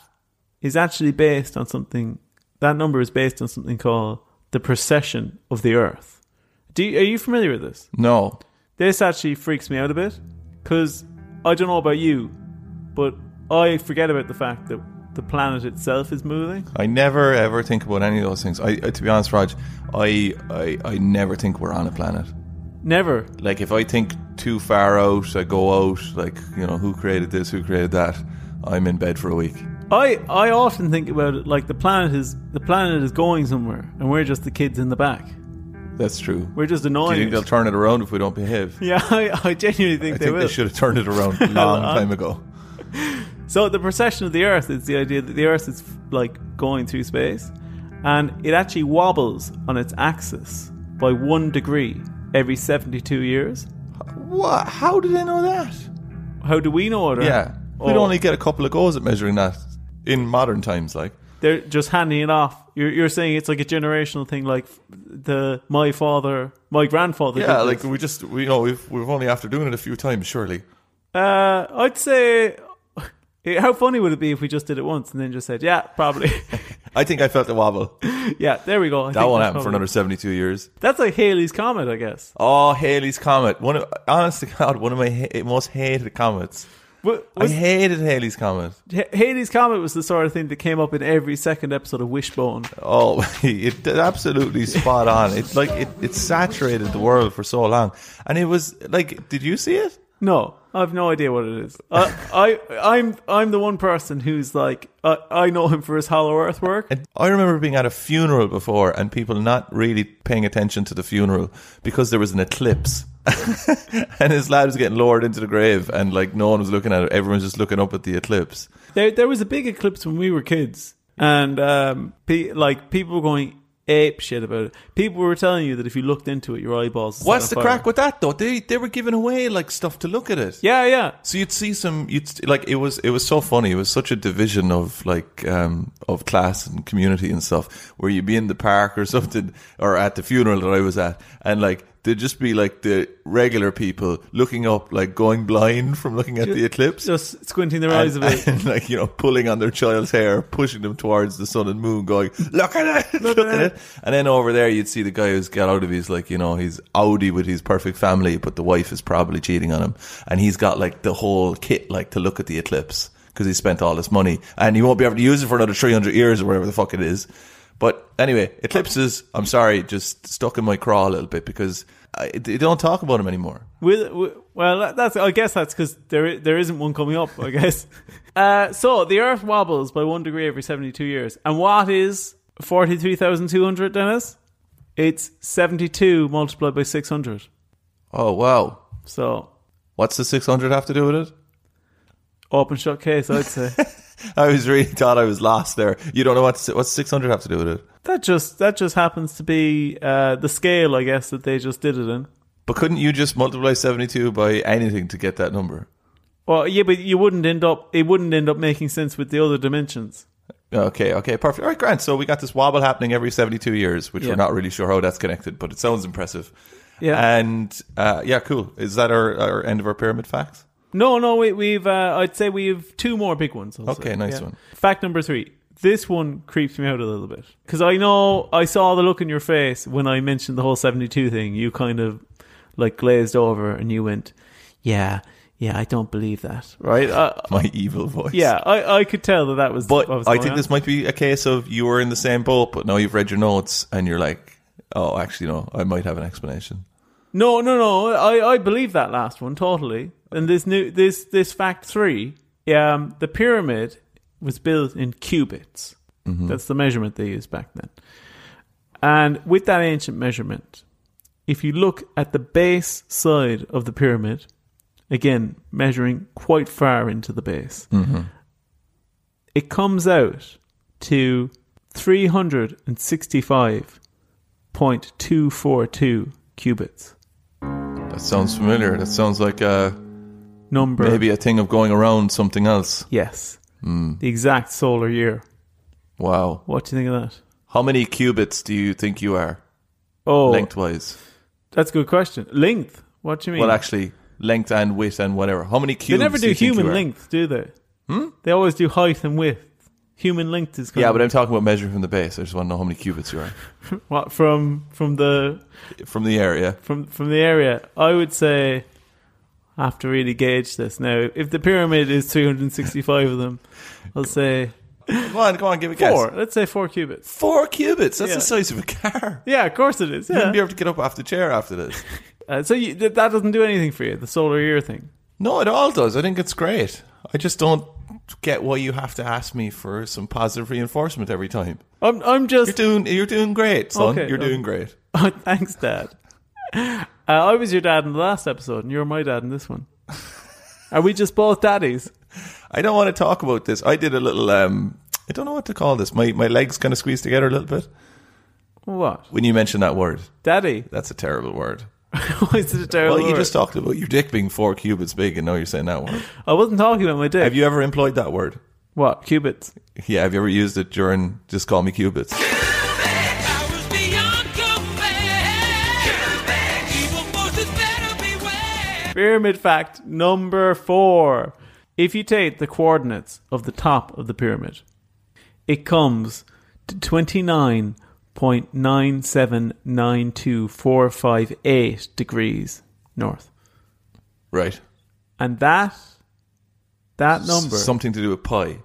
Speaker 2: is actually based on something, that number is based on something called the precession of the earth. Do you, are you familiar with this?
Speaker 1: no.
Speaker 2: This actually freaks me out a bit because I don't know about you, but I forget about the fact that the planet itself is moving.
Speaker 1: I never ever think about any of those things. I, I to be honest, Raj, I, I I never think we're on a planet.
Speaker 2: Never
Speaker 1: Like if I think too far out, I go out. Like you know, who created this? Who created that? I'm in bed for a week.
Speaker 2: I I often think about it like the planet is the planet is going somewhere, and we're just the kids in the back.
Speaker 1: That's true.
Speaker 2: We're just
Speaker 1: Do you
Speaker 2: annoying.
Speaker 1: think they'll
Speaker 2: it.
Speaker 1: turn it around if we don't behave?
Speaker 2: yeah, I, I genuinely think
Speaker 1: I
Speaker 2: they
Speaker 1: think
Speaker 2: will.
Speaker 1: they should have turned it around a long time ago.
Speaker 2: So the precession of the Earth is the idea that the Earth is like going through space, and it actually wobbles on its axis by one degree every seventy-two years.
Speaker 1: What? How did they know that?
Speaker 2: How do we know it?
Speaker 1: Yeah, we'd
Speaker 2: Oh.
Speaker 1: only get a couple of goes at measuring that in modern times. Like
Speaker 2: they're just handing it off. You're, you're saying it's like a generational thing, like the my father, my grandfather.
Speaker 1: yeah,
Speaker 2: did
Speaker 1: like
Speaker 2: this.
Speaker 1: we just we, you know we've we've only after doing it a few times, surely.
Speaker 2: Uh, I'd say. How funny would it be if we just did it once and then just said, "Yeah, probably."
Speaker 1: I think I felt the wobble.
Speaker 2: yeah, there we go. I
Speaker 1: That
Speaker 2: think
Speaker 1: won't
Speaker 2: that's
Speaker 1: happen for
Speaker 2: probably-
Speaker 1: another 72 years.
Speaker 2: That's like Haley's comet, I guess.
Speaker 1: Oh, Haley's Comet. One of, honest to God, one of my ha- most hated comets.
Speaker 2: Wa-
Speaker 1: I
Speaker 2: was-
Speaker 1: hated Haley's comment.
Speaker 2: H- Haley's comment was the sort of thing that came up in every second episode of Wishbone.
Speaker 1: Oh, it, it absolutely spot on. It's like it, it saturated the world for so long, and it was like, did you see it?
Speaker 2: No, I have no idea what it is. I, I, I'm, I'm the one person who's like, I, I know him for his Hollow Earth work.
Speaker 1: And I remember being at a funeral before and people not really paying attention to the funeral because there was an eclipse. and his lad was getting lowered into the grave and like no one was looking at it. Everyone was just looking up at the eclipse.
Speaker 2: There, there was a big eclipse when we were kids, and um, pe- like people were going ape shit about it. People were telling you that if you looked into it, your eyeballs. would set
Speaker 1: What's
Speaker 2: on
Speaker 1: the
Speaker 2: fire.
Speaker 1: crack with that though? They they were giving away like stuff to look at it.
Speaker 2: Yeah, yeah.
Speaker 1: So you'd see some you'd like it was it was so funny. It was such a division of like um of class and community and stuff where you'd be in the park or something or at the funeral that I was at and like there'd just be like the regular people looking up like going blind from looking at the eclipse.
Speaker 2: Just squinting their eyes a
Speaker 1: and,
Speaker 2: bit.
Speaker 1: and, like you know, pulling on their child's hair, pushing them towards the sun and moon, going, "Look at it, look, at it. And then over there, you'd see the guy who's got out of his like you know he's Audi with his perfect family, but the wife is probably cheating on him, and he's got like the whole kit like to look at the eclipse because he spent all this money and he won't be able to use it for another three hundred years or whatever the fuck it is. But anyway, eclipses. I'm sorry, just stuck in my craw a little bit because I, they don't talk about them anymore.
Speaker 2: With, with well, that's I guess that's because there i- there isn't one coming up. I guess. Uh, so the Earth wobbles by one degree every seventy two years, and what is forty three thousand two hundred, Dennis? It's seventy two multiplied by six hundred.
Speaker 1: Oh wow,
Speaker 2: So
Speaker 1: what's the six hundred have to do with it?
Speaker 2: open shut case, I'd say.
Speaker 1: I was really thought I was lost there. You don't know what what's six hundred have to do with it.
Speaker 2: That just that just happens to be uh, the scale, I guess, that they just did it in.
Speaker 1: But couldn't you just multiply seventy two by anything to get that number?
Speaker 2: Well, yeah, but you wouldn't end up. It wouldn't end up making sense with the other dimensions.
Speaker 1: Okay, okay, perfect. All right, Grant. So we got this wobble happening every seventy two years, which
Speaker 2: Yeah.
Speaker 1: we're not really sure how that's connected, but it sounds impressive.
Speaker 2: Yeah.
Speaker 1: And uh, yeah, cool. Is that our, our end of our pyramid facts?
Speaker 2: no, no, we, we've. Uh, I'd say we've two more big ones. I'll
Speaker 1: Okay,
Speaker 2: say.
Speaker 1: nice
Speaker 2: Yeah.
Speaker 1: one.
Speaker 2: Fact number three. This one creeps me out a little bit because I know I saw the look in your face when I mentioned the whole seventy-two thing. You kind of like glazed over and you went, "Yeah, yeah, I don't believe that." Right? I,
Speaker 1: My evil voice.
Speaker 2: yeah, I, I could tell that that was.
Speaker 1: But
Speaker 2: what was
Speaker 1: I
Speaker 2: going
Speaker 1: think
Speaker 2: on.
Speaker 1: this might be a case of you were in the same boat, but now you've read your notes and you're like, oh, actually, no, I might have an explanation.
Speaker 2: No, no, no. I, I believe that last one totally. And this new this this fact three, um, the pyramid was built in cubits. That's the measurement they used back then. And with that ancient measurement, if you look at the base side of the pyramid, again measuring quite far into the base, it comes out to three hundred and sixty-five point two four two cubits.
Speaker 1: That sounds familiar. That sounds like uh,
Speaker 2: number.
Speaker 1: maybe Hmm. a thing of going around something else.
Speaker 2: Yes. The exact solar year.
Speaker 1: Wow.
Speaker 2: What do you think of that?
Speaker 1: How many cubits do you think you are
Speaker 2: Oh,
Speaker 1: lengthwise?
Speaker 2: that's a good question. Length. What do you mean?
Speaker 1: Well, actually, length and width and whatever. How many
Speaker 2: Hmm. they
Speaker 1: cubits?
Speaker 2: never
Speaker 1: do
Speaker 2: do
Speaker 1: you think you
Speaker 2: human
Speaker 1: are?
Speaker 2: length, do they? Hmm? They always do height and width. Human length is kind
Speaker 1: Yeah,
Speaker 2: of,
Speaker 1: but I'm talking about measuring from the base. I just want to know how many cubits you are
Speaker 2: what, from from the
Speaker 1: from the area.
Speaker 2: from from the area. I would say I have to really gauge this now. If the pyramid is 365 of them, I'll say
Speaker 1: Come on, come on, give a
Speaker 2: four.
Speaker 1: guess.
Speaker 2: Let's say four cubits.
Speaker 1: Four cubits. That's
Speaker 2: Yeah.
Speaker 1: the size of a car.
Speaker 2: Yeah, of course it is.
Speaker 1: You wouldn't be
Speaker 2: Yeah.
Speaker 1: able to get up off the chair after this.
Speaker 2: Uh, so you, that that doesn't do anything for you. The solar year thing.
Speaker 1: No, it all does. I think it's great. I just don't get why you have to ask me for some positive reinforcement every time.
Speaker 2: I'm I'm just
Speaker 1: You're doing, you're doing great, son.
Speaker 2: Okay,
Speaker 1: you're
Speaker 2: okay.
Speaker 1: doing great.
Speaker 2: Oh, thanks, Dad. Uh, I was your dad in the last episode, and you're my dad in this one. Are we just both daddies?
Speaker 1: I don't want to talk about this. I did a little. Um, I don't know what to call this. My my legs kind of squeezed together a little bit
Speaker 2: What?
Speaker 1: when you mentioned that word.
Speaker 2: Daddy?
Speaker 1: That's a terrible word.
Speaker 2: Why is it a terrible
Speaker 1: Well, you
Speaker 2: word?
Speaker 1: just talked about your dick being four cubits big, and now you're saying that word.
Speaker 2: I wasn't talking about my dick.
Speaker 1: Have you ever employed that word?
Speaker 2: What? Cubits?
Speaker 1: Yeah. Have you ever used it during "Just Call Me Cubits"?
Speaker 2: Pyramid fact number four. If you take the coordinates of the top of the pyramid, it comes to 29.9792458 degrees north.
Speaker 1: Right.
Speaker 2: And that That number.
Speaker 1: Something to do with pie.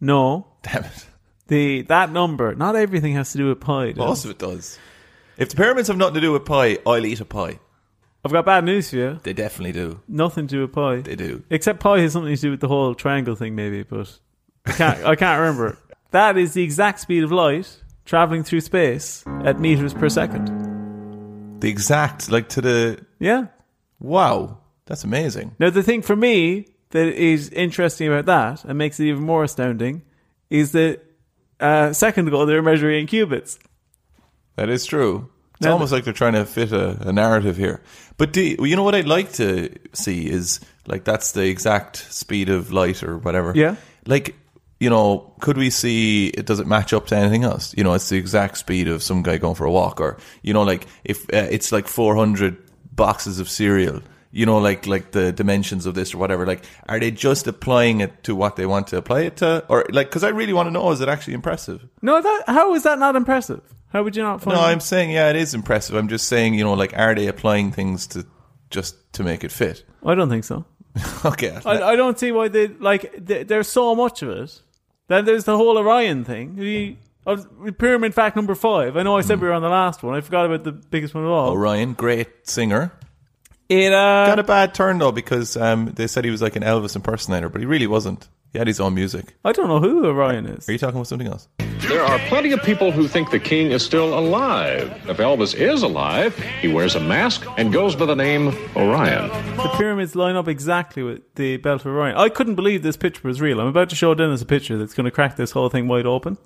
Speaker 2: no.
Speaker 1: Damn it.
Speaker 2: The that number. Not everything has to do with pie. Dylan.
Speaker 1: Most of it does. If the pyramids have nothing to do with pie, I'll eat a pie.
Speaker 2: I've got bad news for you.
Speaker 1: They definitely do.
Speaker 2: Nothing to do with pie.
Speaker 1: They do.
Speaker 2: Except pie has something to do with the whole triangle thing, maybe, but I can't, I can't remember. That is the exact speed of light traveling through space at meters per second.
Speaker 1: The exact, like to the.
Speaker 2: Yeah.
Speaker 1: Wow. That's amazing.
Speaker 2: Now, the thing for me that is interesting about that and makes it even more astounding is that uh, a second ago they were measuring in qubits.
Speaker 1: That is true. It's
Speaker 2: Now
Speaker 1: almost like they're trying to fit a, a narrative here. But do, well, you know what I'd like to see is like that's the exact speed of light or whatever.
Speaker 2: Yeah.
Speaker 1: Like, you know, could we see it does it match up to anything else? You know, it's the exact speed of some guy going for a walk or you know like if uh, it's like 400 boxes of cereal. You know like like the dimensions of this or whatever like are they just applying it to what they want to apply it to or like cuz I really want to know is it actually impressive?
Speaker 2: No, that, how is that not impressive? How would you not find
Speaker 1: No, I'm saying yeah, it is impressive. I'm just saying, you know, like are they applying things to just to make it fit?
Speaker 2: I don't think so.
Speaker 1: okay.
Speaker 2: I, I don't see why they like. Th- there's so much of it. Then there's the whole Orion thing. The uh, pyramid fact number five. I know I said we were on the last one. I forgot about the biggest one of all.
Speaker 1: Orion, Oh, great singer.
Speaker 2: It uh,
Speaker 1: Got a bad turn though because um, they said he was like an Elvis impersonator, but he really wasn't. He had his own music.
Speaker 2: I don't know who Orion is.
Speaker 1: Are you talking about something else?
Speaker 10: There are plenty of people who think the king is still alive. If Elvis is alive, he wears a mask and goes by the name Orion.
Speaker 2: The pyramids line up exactly with the belt of Orion. I couldn't believe this picture was real. I'm about to show Dennis a picture that's going to crack this whole thing wide open.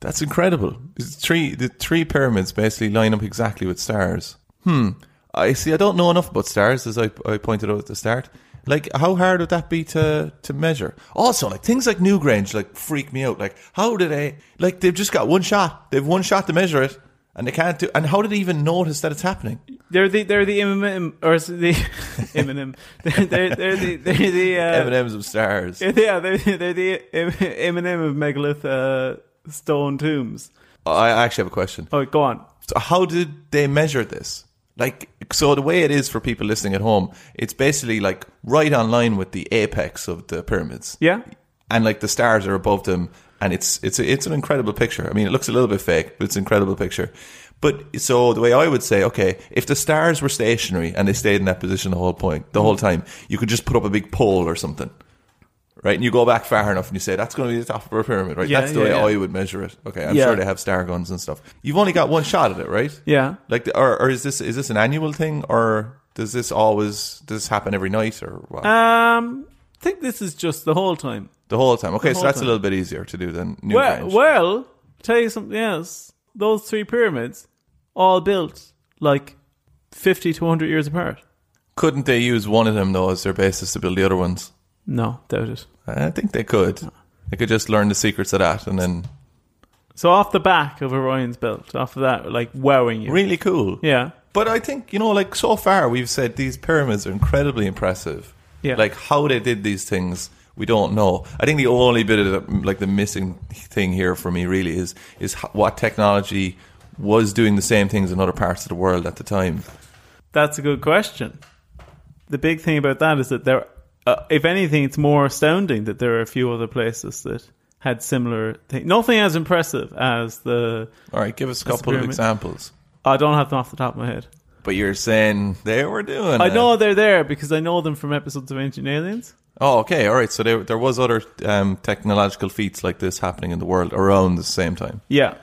Speaker 1: That's incredible. It's three the three pyramids basically line up exactly with stars. Hmm. I see. I don't know enough about stars, as I, I pointed out at the start. Like, how hard would that be to, to measure? Also, like things like Newgrange, like freak me out. Like, how do they? Like, they've just got one shot. They've one shot to measure it, and they can't do. And how did they even notice that it's happening?
Speaker 2: They're the they're the Eminem or is it the Eminem. They're, they're, they're the they're the uh,
Speaker 1: M&Ms of stars.
Speaker 2: Yeah, they're, they're the M- Eminem of megalith uh, stone tombs.
Speaker 1: I actually have a question.
Speaker 2: Oh, go on.
Speaker 1: So how did they measure this? Like, so the way it is for people listening at home, it's basically like right on line with the apex of the pyramids.
Speaker 2: Yeah.
Speaker 1: and like the stars are above them, and it's it's it's an incredible picture. I mean, it looks a little bit fake, but it's an incredible picture. But so the way I would say, okay, if the stars were stationary and they stayed in that position the whole point, the whole time, you could just put up a big pole or something, right? And you go back far enough, and you say that's going to be the top of a pyramid, right?
Speaker 2: Yeah,
Speaker 1: that's the
Speaker 2: yeah,
Speaker 1: way I
Speaker 2: yeah.
Speaker 1: would measure it. Okay, I'm
Speaker 2: Yeah.
Speaker 1: sure they have star guns and stuff. You've only got one shot at it, right?
Speaker 2: Yeah.
Speaker 1: Like, the, or, or is this is this an annual thing, or does this always does this happen every night, or what?
Speaker 2: Um, I think this is just the whole time.
Speaker 1: the whole time? Okay, so
Speaker 2: whole
Speaker 1: that's
Speaker 2: time.
Speaker 1: a little bit easier to do than New
Speaker 2: Well, well, tell you something else. Those three pyramids, all built like fifty to hundred years apart.
Speaker 1: Couldn't they use one of them though as their basis to build the other ones?
Speaker 2: No, doubt it.
Speaker 1: I think they could. They could just learn the secrets of that, and then
Speaker 2: So off the back of Orion's belt, off of that, like wowing you.
Speaker 1: really cool.
Speaker 2: Yeah.
Speaker 1: But I think, you know, like so far we've said these pyramids are incredibly impressive.
Speaker 2: Yeah.
Speaker 1: Like how they did these things, we don't know. I think the only bit of the, like the missing thing here for me really is is h- what technology was doing the same things in other parts of the world at the time.
Speaker 2: That's a good question. The big thing about that is that there, uh, if anything, it's more astounding that there are a few other places that had similar things. Nothing as impressive as the.
Speaker 1: All right, give us a
Speaker 2: That's
Speaker 1: couple of
Speaker 2: pyramid.
Speaker 1: examples.
Speaker 2: I don't have them off the top of my head.
Speaker 1: But you're saying they were doing.
Speaker 2: I
Speaker 1: it.
Speaker 2: know they're there because I know them from episodes of Ancient Aliens.
Speaker 1: Oh, okay, all right. So there, there was other um, technological feats like this happening in the world around the same time.
Speaker 2: Yeah.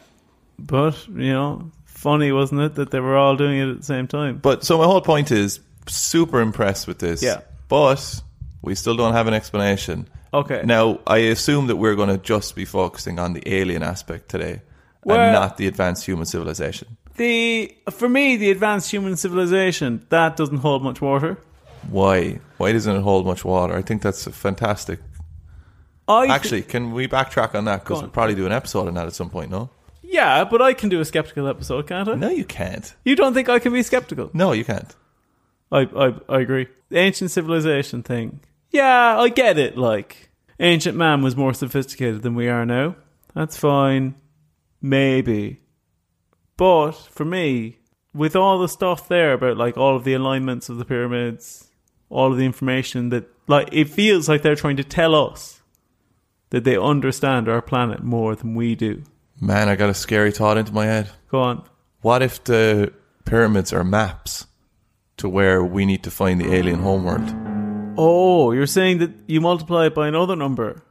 Speaker 2: But, you know, funny, wasn't it, that they were all doing it at the same time?
Speaker 1: But so my whole point is, super impressed with this.
Speaker 2: Yeah.
Speaker 1: But we still don't have an explanation.
Speaker 2: Okay.
Speaker 1: Now I assume that we're going to just be focusing on the alien aspect today,
Speaker 2: Well-
Speaker 1: and not the advanced human civilization.
Speaker 2: The for me, the advanced human civilization, that doesn't hold much water.
Speaker 1: Why? Why doesn't it hold much water? I think that's a fantastic.
Speaker 2: I
Speaker 1: Actually, can we backtrack on that because
Speaker 2: on.
Speaker 1: we'll probably do an episode on that at some point? No.
Speaker 2: yeah, but I can do a skeptical episode, can't I?
Speaker 1: No, you can't.
Speaker 2: You don't think I can be skeptical?
Speaker 1: No, you can't.
Speaker 2: I, I I agree. The ancient civilization thing. Yeah, I get it. Like ancient man was more sophisticated than we are now. That's fine, maybe. But for me, with all the stuff there about like all of the alignments of the pyramids, all of the information that like it feels like they're trying to tell us that they understand our planet more than we do.
Speaker 1: Man, I got a scary thought into my head.
Speaker 2: Go on.
Speaker 1: What if the pyramids are maps to where we need to find the alien homeworld?
Speaker 2: Oh, you're saying that you multiply it by another number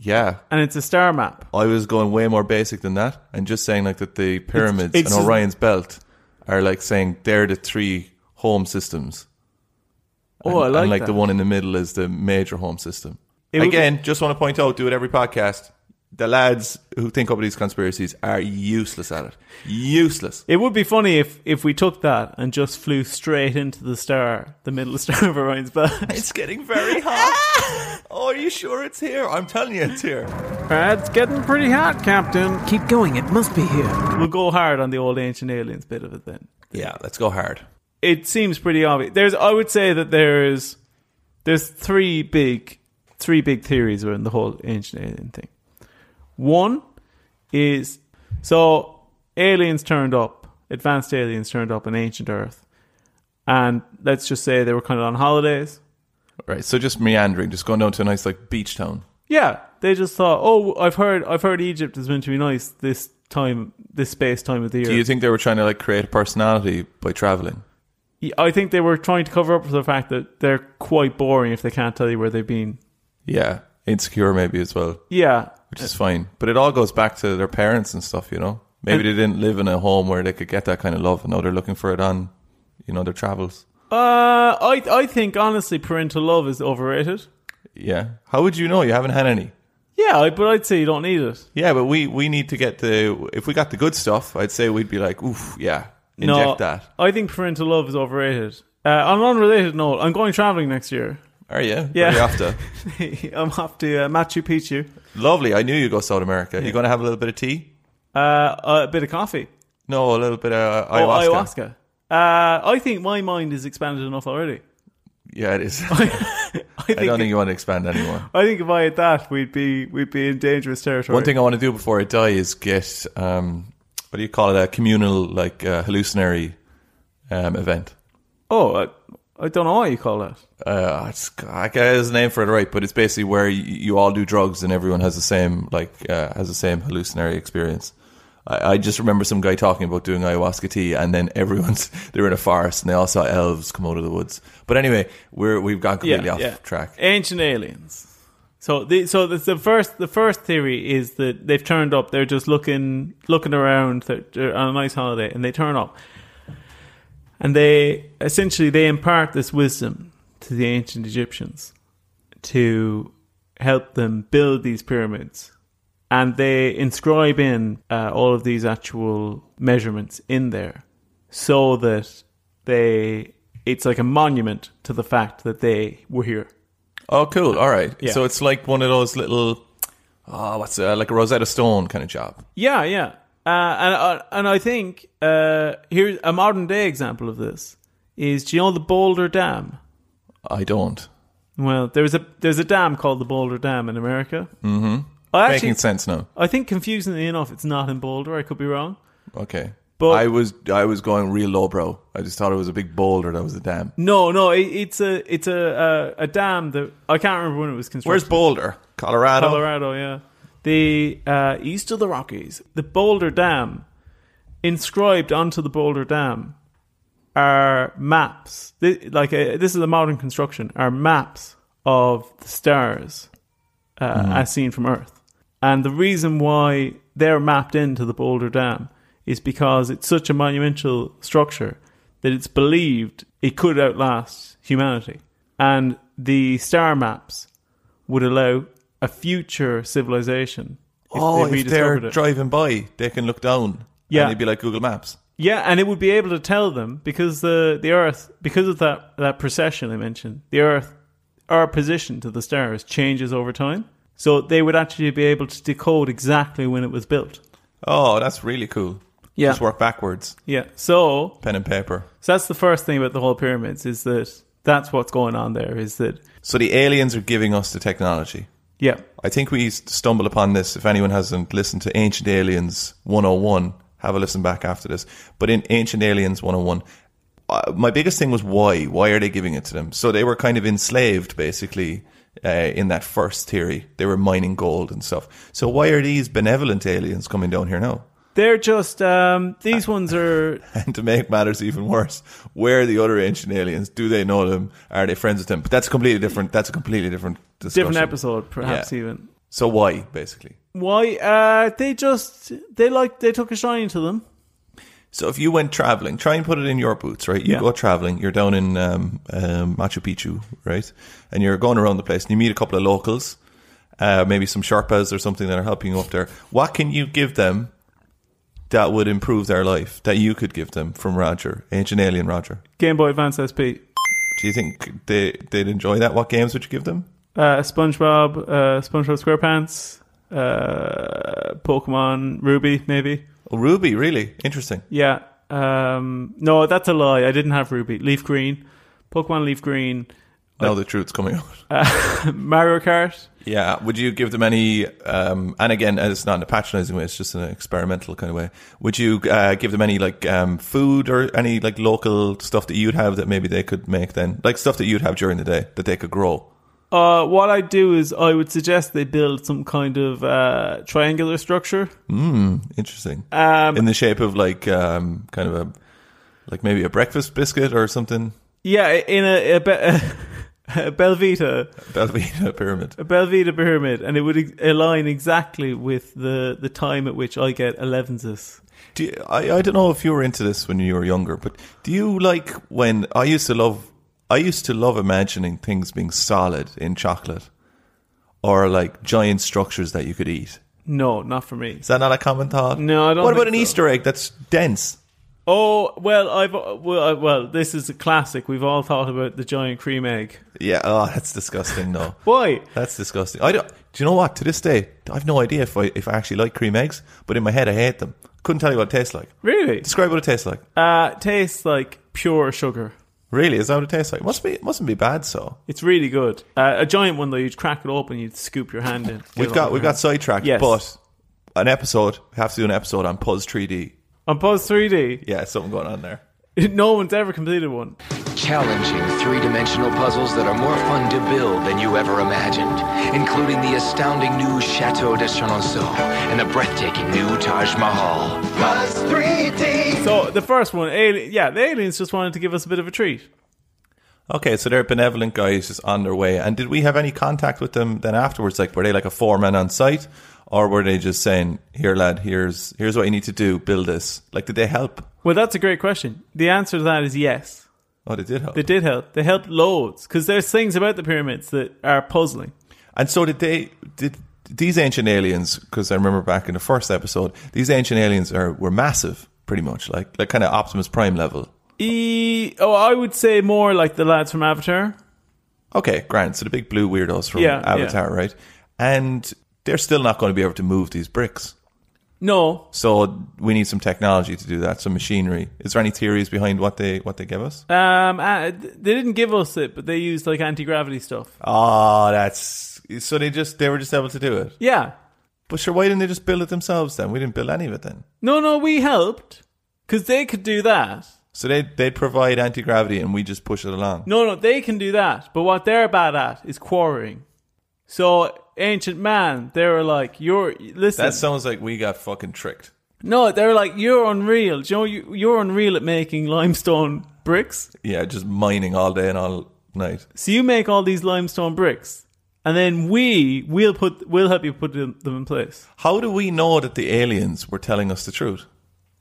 Speaker 1: Yeah,
Speaker 2: and it's a star map.
Speaker 1: I was going way more basic than that and just saying like that the pyramids
Speaker 2: it's
Speaker 1: and
Speaker 2: just-
Speaker 1: Orion's belt are like saying they're the three home systems.
Speaker 2: Oh, I
Speaker 1: and,
Speaker 2: like,
Speaker 1: and like
Speaker 2: that.
Speaker 1: the one in the middle is the major home system.
Speaker 2: It would-
Speaker 1: Again, just want to point out, do it every podcast. The lads who think up these conspiracies are useless at it. Useless.
Speaker 2: It would be funny if, if we took that and just flew straight into the star, the middle star of Orion's belt.
Speaker 1: It's getting very hot. oh, are you sure it's here? I'm telling you, it's here.
Speaker 2: it's getting pretty hot, Captain.
Speaker 4: Keep going, it must be here.
Speaker 2: We'll go hard on the old ancient aliens bit of it then.
Speaker 1: Yeah, let's go hard.
Speaker 2: It seems pretty obvious. There's, I would say that there is, there's three big, three big theories around the whole ancient alien thing. One is so aliens turned up, advanced aliens turned up in ancient Earth, and let's just say they were kind of on holidays.
Speaker 1: Right, so just meandering, just going down to a nice like beach town.
Speaker 2: Yeah, they just thought, oh, I've heard, I've heard Egypt is meant to be nice this time, this space time of the year.
Speaker 1: Do you think they were trying to like create a personality by traveling?
Speaker 2: I think they were trying to cover up for the fact that they're quite boring if they can't tell you where they've been.
Speaker 1: Yeah, insecure maybe as well,
Speaker 2: Yeah,
Speaker 1: which is fine. But it all goes back to their parents and stuff, you know. Maybe they didn't live in a home where they could get that kind of love, and now they're looking for it on, you know, their travels.
Speaker 2: uh, I I think honestly, parental love is overrated.
Speaker 1: Yeah. How would you know? You haven't had any.
Speaker 2: Yeah, I- but I'd say you don't need it.
Speaker 1: Yeah, but we we need to get the if we got the good stuff, I'd say we'd be like, oof, yeah, inject
Speaker 2: no,
Speaker 1: that.
Speaker 2: I think parental love is overrated. Uh, on an unrelated note, I'm going traveling next year.
Speaker 1: Are you?
Speaker 2: Yeah.
Speaker 1: Are you after?
Speaker 2: I'm off to uh, Machu Picchu.
Speaker 1: Lovely. I knew you go South America. You going to have a little bit of tea?
Speaker 2: Uh, a bit of coffee.
Speaker 1: No, a little bit of
Speaker 2: Oh,
Speaker 1: ayahuasca.
Speaker 2: ayahuasca. Uh, I think my mind is expanded enough already.
Speaker 1: Yeah, it is. I
Speaker 2: I think, I,
Speaker 1: don't think you want to expand anymore.
Speaker 2: think if I had that, we'd be we'd be in dangerous territory.
Speaker 1: One thing I want to do before I die is get um, what do you call it? A communal like uh, hallucinatory um, event.
Speaker 2: Oh, I, I don't know what you call that.
Speaker 1: Uh, it's, I can't his name for it right, but it's basically where you, you all do drugs and everyone has the same like uh, has the same hallucinatory experience. I, I just remember some guy talking about doing ayahuasca tea, and then everyone's they were in a forest and they all saw elves come out of the woods. But anyway, we're we've gone completely off track.
Speaker 2: Ancient aliens. So the so the, the first the first theory is that they've turned up. They're just looking looking around. They're, they're on a nice holiday, and they turn up, and they essentially they impart this wisdom to the ancient Egyptians to help them build these pyramids, and they inscribe in uh, all of these actual measurements in there, so that they it's like a monument to the fact that they were here.
Speaker 1: Oh, cool. All right.
Speaker 2: Yeah.
Speaker 1: So it's like one of those little, oh, what's uh, like a Rosetta Stone kind of job.
Speaker 2: Yeah, yeah. Uh, and uh, and I think uh, here's a modern day example of this is do you know the Boulder Dam?
Speaker 1: I don't.
Speaker 2: Well, there's a there's a dam called the Boulder Dam in America. Mm-hmm. I actually,
Speaker 1: Making sense now.
Speaker 2: I think confusingly enough, it's not in Boulder. I could be wrong.
Speaker 1: Okay.
Speaker 2: But-
Speaker 1: I was I was going real low, bro. I just thought it was a big boulder that was a dam.
Speaker 2: No, no, it, it's a it's a, a a dam that I can't remember when it was constructed.
Speaker 1: Where's Boulder? Colorado.
Speaker 2: Colorado, yeah. The uh, east of the Rockies, the Boulder Dam, inscribed onto the Boulder Dam are maps. Thi- like uh this is a modern construction. Are maps of the stars uh,
Speaker 1: Mm-hmm.
Speaker 2: as seen from Earth, and the reason why they're mapped into the Boulder Dam is because it's such a monumental structure that it's believed it could outlast humanity, and the star maps would allow a future civilization. If
Speaker 1: Oh,
Speaker 2: they
Speaker 1: if they're
Speaker 2: rediscovered it.
Speaker 1: driving by, they can look down.
Speaker 2: Yeah.
Speaker 1: And they'd be like Google Maps.
Speaker 2: Yeah, and it would be able to tell them because the the Earth, because of that that precession I mentioned, the Earth, our position to the stars changes over time. So they would actually be able to decode exactly when it was built.
Speaker 1: Oh, that's really cool.
Speaker 2: Yeah.
Speaker 1: Just work backwards,
Speaker 2: Yeah. So,
Speaker 1: pen and paper.
Speaker 2: so that's the first thing about the whole pyramids is that that's what's going on there. Is that
Speaker 1: So the aliens are giving us the technology.
Speaker 2: yeah.
Speaker 1: I think we stumbled upon this. If anyone hasn't listened to Ancient oh Aliens 101, have a listen back after this. But in Ancient Aliens 101, uh, my biggest thing was why? Why are they giving it to them? So they were kind of enslaved, basically, uh, in that first theory. They were mining gold and stuff. So why are these benevolent aliens coming down here now?
Speaker 2: They're just um, these ones are
Speaker 1: And to make matters even worse, where are the other ancient aliens? Do they know them? Are they friends with them? But that's completely different. That's a completely different discussion.
Speaker 2: different episode, perhaps
Speaker 1: Yeah.
Speaker 2: even.
Speaker 1: So why, basically?
Speaker 2: Why? Uh, they just they like they took a shine to them.
Speaker 1: So if you went traveling, try and put it in your boots, right? You
Speaker 2: Yeah.
Speaker 1: go traveling, you're down in um, um, Machu Picchu, right? And you're going around the place and you meet a couple of locals, uh, maybe some Sherpas or something that are helping you up there. What can you give them that would improve their life that you could give them from Roger, ancient alien Roger?
Speaker 2: Game Boy Advance SP,
Speaker 1: Do you think they, they'd enjoy that? What games would you give them?
Speaker 2: uh, SpongeBob, uh, SpongeBob SquarePants, uh, Pokemon Ruby, maybe.
Speaker 1: Oh, Ruby, really? Interesting.
Speaker 2: Yeah. Um, no, that's a lie. I didn't have Ruby. Leaf Green, Pokemon Leaf Green,
Speaker 1: Now the truth's coming out.
Speaker 2: Mario Kart.
Speaker 1: Yeah. Would you give them any? Um, and again, uh, it's not in a patronizing way; it's just in an experimental kind of way. Would you uh, give them any like um, food or any like local stuff that you'd have that maybe they could make then, like stuff that you'd have during the day that they could grow?
Speaker 2: Uh, what I do is I would suggest they build some kind of uh, triangular structure.
Speaker 1: Interesting.
Speaker 2: Um,
Speaker 1: in the shape of like um, kind of a like maybe a breakfast biscuit or something.
Speaker 2: yeah, in a, a, be- a Belvita,
Speaker 1: Belvedere pyramid.
Speaker 2: a Belvita pyramid, and it would ex- align exactly with the, the time at which I get elevenses.
Speaker 1: Do you, I, I don't know if you were into this when you were younger, but do you like when I used to love I used to love imagining things being solid in chocolate or like giant structures that you could eat.
Speaker 2: No, not for me.
Speaker 1: Is that not a common thought?
Speaker 2: No, I don't
Speaker 1: What about
Speaker 2: think
Speaker 1: an
Speaker 2: so.
Speaker 1: Easter egg that's dense?
Speaker 2: Oh well, I've well, I- well, this is a classic. We've all thought about the giant cream egg.
Speaker 1: Yeah, oh, that's disgusting. No,
Speaker 2: Why?
Speaker 1: that's disgusting. I don't, do you know what? To this day, I've no idea if I if I actually like cream eggs, but in my head, I hate them. Couldn't tell you what it tastes like.
Speaker 2: Really?
Speaker 1: Describe what it tastes like.
Speaker 2: Uh, it tastes like pure sugar.
Speaker 1: Really, is that what it tastes like? Must be. It mustn't be bad. So
Speaker 2: It's really good. Uh, a giant one though, you'd crack it open, you'd scoop your hand in.
Speaker 1: We've got we've got sidetracked,
Speaker 2: Yes.
Speaker 1: but an episode we have to do an episode on Puzz 3D.
Speaker 2: on Buzz 3D.
Speaker 1: Yeah, something going on there.
Speaker 2: No one's ever completed one.
Speaker 11: Challenging three dimensional puzzles that are more fun to build than you ever imagined, including the astounding new Chateau de Chenonceau and the breathtaking new Taj Mahal. Buzz 3D!
Speaker 2: So the first one, ali- yeah, the aliens just wanted to give us a bit of a treat.
Speaker 1: Okay, so they're benevolent guys just on their way. And did we have any contact with them then afterwards? Like, were they like a foreman on site, or were they just saying, "Here, lad, here's here's what you need to do, build this"? Like, did they help?
Speaker 2: Well, that's a great question. The answer to that is yes.
Speaker 1: Oh, they did help.
Speaker 2: They did help. They helped loads because there's things about the pyramids that are puzzling.
Speaker 1: And so did they? Did these ancient aliens? Because I remember back in the first episode, these ancient aliens are were massive, pretty much like like kind of Optimus Prime level.
Speaker 2: E- oh, I would say more like the lads from Avatar.
Speaker 1: Okay, grand. So the big blue weirdos from
Speaker 2: Yeah,
Speaker 1: Avatar, right? And they're still not going to be able to move these bricks.
Speaker 2: No,
Speaker 1: So we need some technology to do that, some machinery. Is there any theories behind what they what they give us?
Speaker 2: um, uh, they didn't give us it, but they used like anti gravity stuff.
Speaker 1: Oh, that's so they just they were just able to do it.
Speaker 2: Yeah,
Speaker 1: But sure, why didn't they just build it themselves then? We didn't build any of it then.
Speaker 2: no, no, we helped because they could do that.
Speaker 1: So they they'd provide anti gravity and we just push it along.
Speaker 2: No, no, they can do that. But what they're bad at is quarrying. So ancient man, they were like, "You're listen."
Speaker 1: That sounds like we got fucking tricked.
Speaker 2: no, they were like, "You're unreal." Do you know, you, you're unreal at making limestone bricks.
Speaker 1: Yeah, just mining all day and all night.
Speaker 2: So you make all these limestone bricks, and then we will put we'll help you put them them in place.
Speaker 1: How do we know that the aliens were telling us the truth?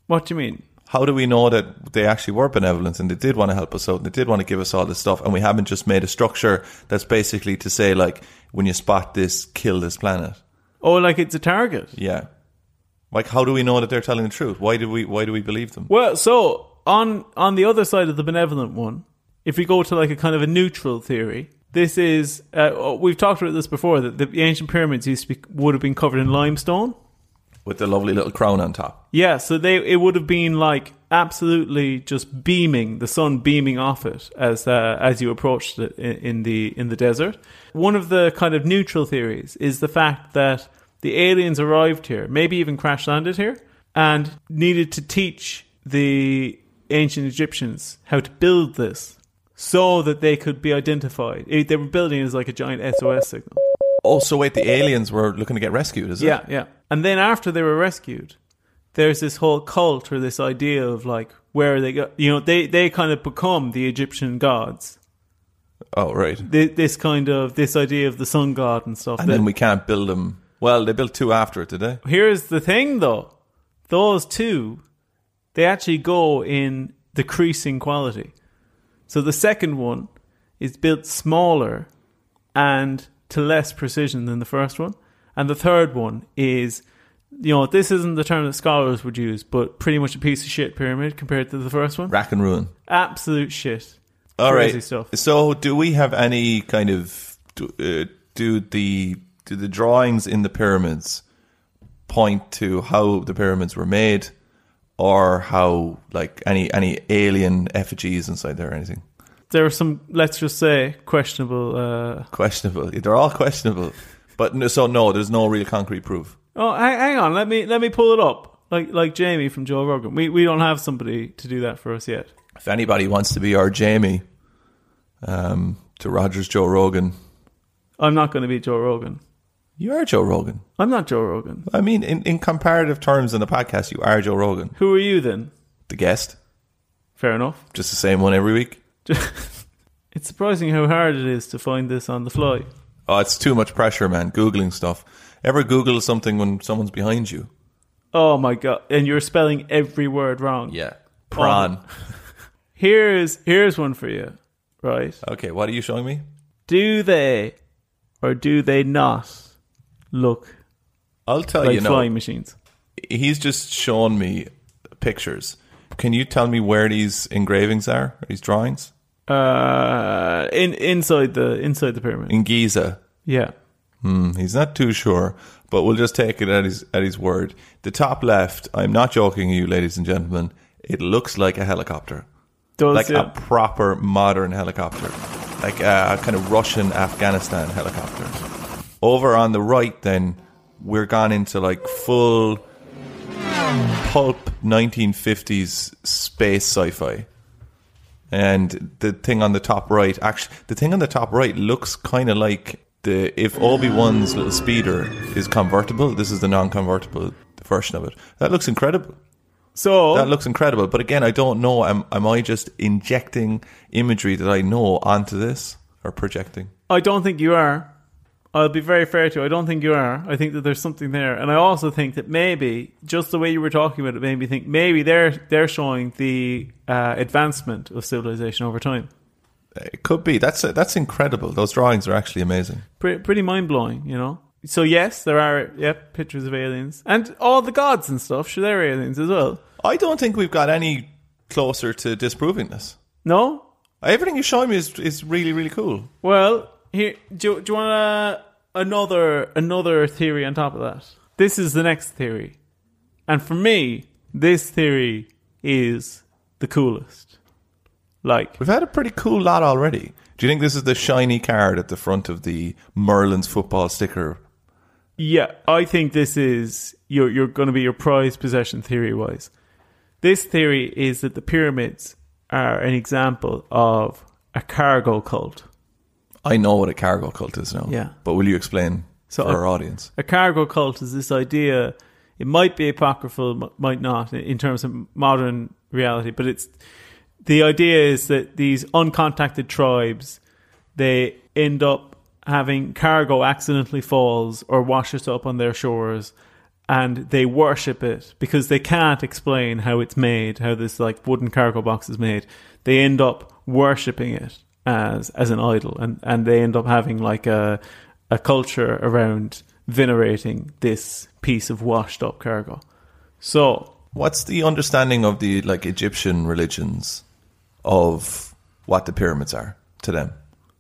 Speaker 2: What do you mean?
Speaker 1: how do we know that they actually were benevolent and they did want to help us out and they did want to give us all this stuff and we haven't just made a structure that's basically to say like when you spot this kill this planet
Speaker 2: Oh, like it's a target.
Speaker 1: yeah like how do we know that they're telling the truth why do we why do we believe them
Speaker 2: Well, so on on the other side of the benevolent one, if we go to like a kind of a neutral theory, this is uh, we've talked about this before that the ancient pyramids used to be would have been covered in limestone.
Speaker 1: with the lovely little crown on top
Speaker 2: Yeah, so they it would have been like absolutely just beaming the sun beaming off it as uh, as you approached it in, in the in the desert. One of the kind of neutral theories is the fact that the aliens arrived here, maybe even crash landed here, and needed to teach the ancient Egyptians how to build this so that they could be identified. It- they were building it as like a giant SOS signal.
Speaker 1: Oh, so wait, the aliens were looking to get rescued, is it?
Speaker 2: Yeah, yeah. And then after they were rescued, there's this whole cult or this idea of like where they go. You know, they they kind of become the Egyptian gods.
Speaker 1: Oh, right.
Speaker 2: Th- This kind of this idea of the sun god and stuff.
Speaker 1: And then we can't build them. Well, they built two after it, did they?
Speaker 2: Here's the thing, though. Those two, they actually go in decreasing quality. So the second one is built smaller and to less precision than the first one. And the third one is, you know, this isn't the term that scholars would use, but pretty much a piece of shit pyramid compared to the first one.
Speaker 1: Rack and ruin.
Speaker 2: Absolute shit.
Speaker 1: All right.
Speaker 2: Crazy stuff.
Speaker 1: So, do we have any kind of do, uh, do the do the drawings in the pyramids point to how the pyramids were made, or how like any any alien effigies inside there or anything?
Speaker 2: There are some, let's just say, questionable. Uh,
Speaker 1: Questionable. They're all questionable. But no, so no, there's no real concrete proof.
Speaker 2: Oh, hang, hang on. Let me let me pull it up. Like like Jamie from Joe Rogan. We we don't have somebody to do that for us yet.
Speaker 1: If anybody wants to be our Jamie, um, to Rogers Joe Rogan,
Speaker 2: I'm not going to be Joe Rogan.
Speaker 1: you are Joe Rogan.
Speaker 2: I'm not Joe Rogan.
Speaker 1: I mean, in, in comparative terms in the podcast, you are Joe Rogan.
Speaker 2: Who are you then?
Speaker 1: The guest,
Speaker 2: Fair enough.
Speaker 1: just the same one every week.
Speaker 2: It's surprising how hard it is to find this on the fly.
Speaker 1: Oh, it's too much pressure, man. Googling stuff. Ever Google something when someone's behind you?
Speaker 2: Oh my god! And you're spelling every word wrong.
Speaker 1: Yeah. Prawn.
Speaker 2: Here's here's one for you. Right?
Speaker 1: Okay, what are you showing me?
Speaker 2: Do they or do they not look
Speaker 1: I'll tell
Speaker 2: like
Speaker 1: Uh, you. No,
Speaker 2: flying machines?
Speaker 1: he's just shown me pictures. Can you tell me where these engravings are? These drawings
Speaker 2: Uh, in inside the inside the pyramid.
Speaker 1: in Giza.
Speaker 2: yeah.
Speaker 1: Hmm, he's not too sure, but we'll just take it at his at his word. The top left. I'm not joking you, ladies and gentlemen. It looks like a helicopter,
Speaker 2: Does
Speaker 1: like
Speaker 2: yeah.
Speaker 1: a proper modern helicopter, like a kind of Russian Afghanistan helicopter. Over on the right, then we're gone into like full pulp 1950s space sci-fi. And the thing on the top right, actually, the thing on the top right looks kind of like the if Obi Wan's little speeder is convertible. This is the non-convertible version of it. That looks incredible.
Speaker 2: So
Speaker 1: That looks incredible. But again, I don't know. Am am I just injecting imagery that I know onto this or projecting?
Speaker 2: I don't think you are. I'll be very fair to you. I don't think you are. I think that there's something there, and I also think that maybe just the way you were talking about it made me think maybe they're they're showing the uh, advancement of civilization over time.
Speaker 1: It could be. That's that's incredible. Those drawings are actually amazing.
Speaker 2: Pretty, pretty mind blowing, you know. So yes, there are yep pictures of aliens and all the gods and stuff. Sure, they're aliens as well.
Speaker 1: I don't think we've got any closer to disproving this.
Speaker 2: No,
Speaker 1: Everything you're showing me is, is really, really cool.
Speaker 2: Well, here, do, do you want uh, another another theory on top of that? This is the next theory, and for me, this theory is the coolest. Like,
Speaker 1: We've had a pretty cool lot already. Do you think this is the shiny card at the front of the Merlin's football sticker?
Speaker 2: yeah, I think this is your you're going to be your prized possession theory wise. This theory is that the pyramids are an example of a cargo cult.
Speaker 1: I know what a cargo cult is now.
Speaker 2: Yeah.
Speaker 1: But will you explain
Speaker 2: So
Speaker 1: for
Speaker 2: I-
Speaker 1: our audience?
Speaker 2: A cargo cult is this idea. It might be apocryphal, m- might not, in- in terms of modern reality. But it's the idea is that these uncontacted tribes they end up having cargo accidentally falls or washes up on their shores, and they worship it because they can't explain how it's made, how this like wooden cargo box is made. They end up worshiping it as as an idol, and and they end up having like a a culture around venerating this piece of washed up cargo. So,
Speaker 1: What's the understanding of the like Egyptian religions of what the pyramids are to them?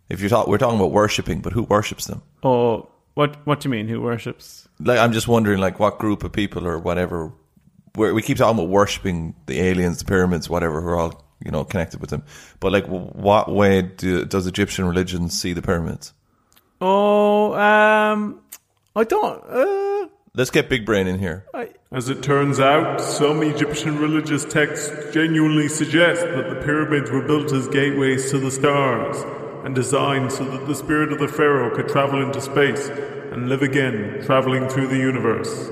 Speaker 1: If you're talk, we're talking about worshipping, but who worships them?
Speaker 2: oh, what what do you mean? Who worships?
Speaker 1: Like, I'm just wondering, like, what group of people or whatever. Where we keep talking about worshipping the aliens, the pyramids, whatever, who are all you know connected with them. But like, w- what way do, does Egyptian religion see the pyramids?
Speaker 2: Oh, um, I don't. Uh,
Speaker 1: Let's get Big Brain in here.
Speaker 12: As it turns out, some Egyptian religious texts genuinely suggest that the pyramids were built as gateways to the stars and designed so that the spirit of the pharaoh could travel into space and live again, traveling through the universe.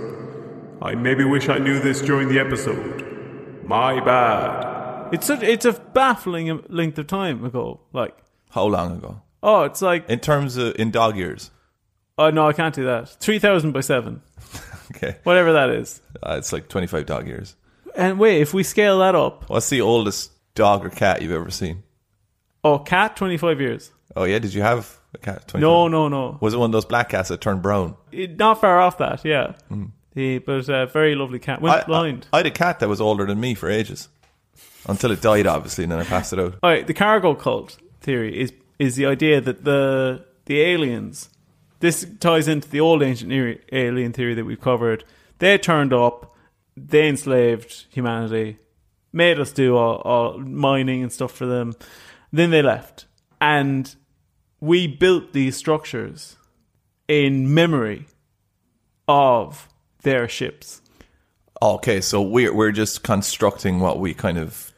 Speaker 12: I maybe wish I knew this during the episode. My bad.
Speaker 2: It's a, it's a baffling length of time ago. Like
Speaker 1: how long ago?
Speaker 2: Oh, it's like
Speaker 1: in terms of in dog years.
Speaker 2: Oh no, I can't do that. Three thousand by seven.
Speaker 1: okay.
Speaker 2: Whatever that is.
Speaker 1: Uh, it's like twenty five dog years.
Speaker 2: And wait, if we scale that up,
Speaker 1: what's the oldest dog or cat you've ever seen?
Speaker 2: Oh, cat, twenty five years.
Speaker 1: Oh yeah, did you have a cat? 25?
Speaker 2: No, no, no.
Speaker 1: Was it one of those black cats that turned brown?
Speaker 2: It, not far off that, yeah. Mm. The, but a uh, very lovely cat. Went
Speaker 1: I,
Speaker 2: blind.
Speaker 1: I, I had a cat that was older than me for ages, until it died, obviously, and then I passed it out.
Speaker 2: All right, the cargo cult theory is is the idea that the the aliens. This ties into the old ancient alien theory that we've covered. They turned up, they enslaved humanity, made us do all, all mining and stuff for them. Then they left, and we built these structures in memory of their ships.
Speaker 1: Okay, so we're we're just constructing what we kind of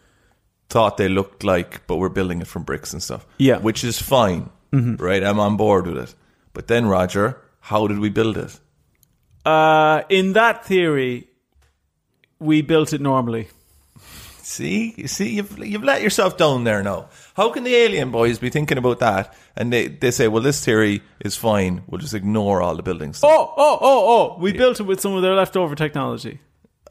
Speaker 1: thought they looked like, but we're building it from bricks and stuff.
Speaker 2: Yeah,
Speaker 1: which is fine, mm-hmm. right? I'm on board with it. But then, Roger, how did we build it?
Speaker 2: Uh, in that theory, we built it normally.
Speaker 1: See, see, you've you've let yourself down there now. How can the alien boys be thinking about that? And they, they say, well, this theory is fine. We'll just ignore all the buildings.
Speaker 2: Oh, oh, oh, oh! We yeah. built it with some of their leftover technology.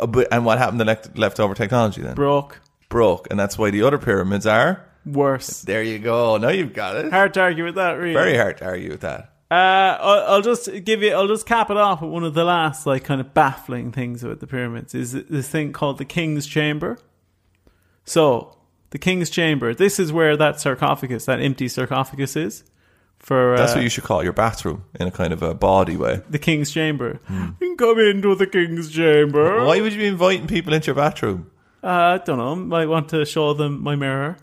Speaker 1: Uh, but, and what happened to left, leftover technology then?
Speaker 2: Broke.
Speaker 1: Broke, and that's why the other pyramids are
Speaker 2: worse.
Speaker 1: There you go. Now you've got it.
Speaker 2: Hard to argue with that, really.
Speaker 1: Very hard to argue with that.
Speaker 2: Uh, I'll, I'll just give you. I'll just cap it off with one of the last, like, kind of baffling things about the pyramids is this thing called the King's Chamber. So the king's chamber. This is where that sarcophagus, that empty sarcophagus, is. For uh,
Speaker 1: that's what you should call it, your bathroom in a kind of a body way.
Speaker 2: The king's chamber. Hmm. You can come into the king's chamber.
Speaker 1: Why would you be inviting people into your bathroom?
Speaker 2: Uh, I don't know. Might want to show them my mirror.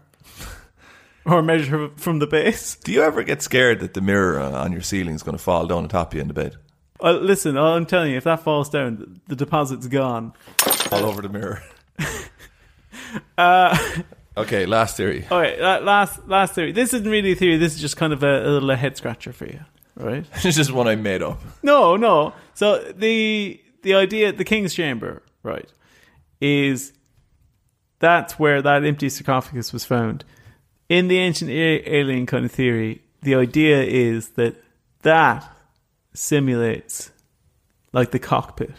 Speaker 2: or measure from the base.
Speaker 1: Do you ever get scared that the mirror uh, on your ceiling is going to fall down on top of you in the bed?
Speaker 2: Uh, listen, I'm telling you, if that falls down, the deposit's gone.
Speaker 1: All over the mirror. Uh, okay, last theory.
Speaker 2: All right, last last theory. This isn't really a theory. This is just kind of a, a little head scratcher for you, right?
Speaker 1: it's just one I made up.
Speaker 2: No, no. So the the idea, the king's chamber, right, is that's where that empty sarcophagus was found. In the ancient alien kind of theory, the idea is that that simulates like the cockpit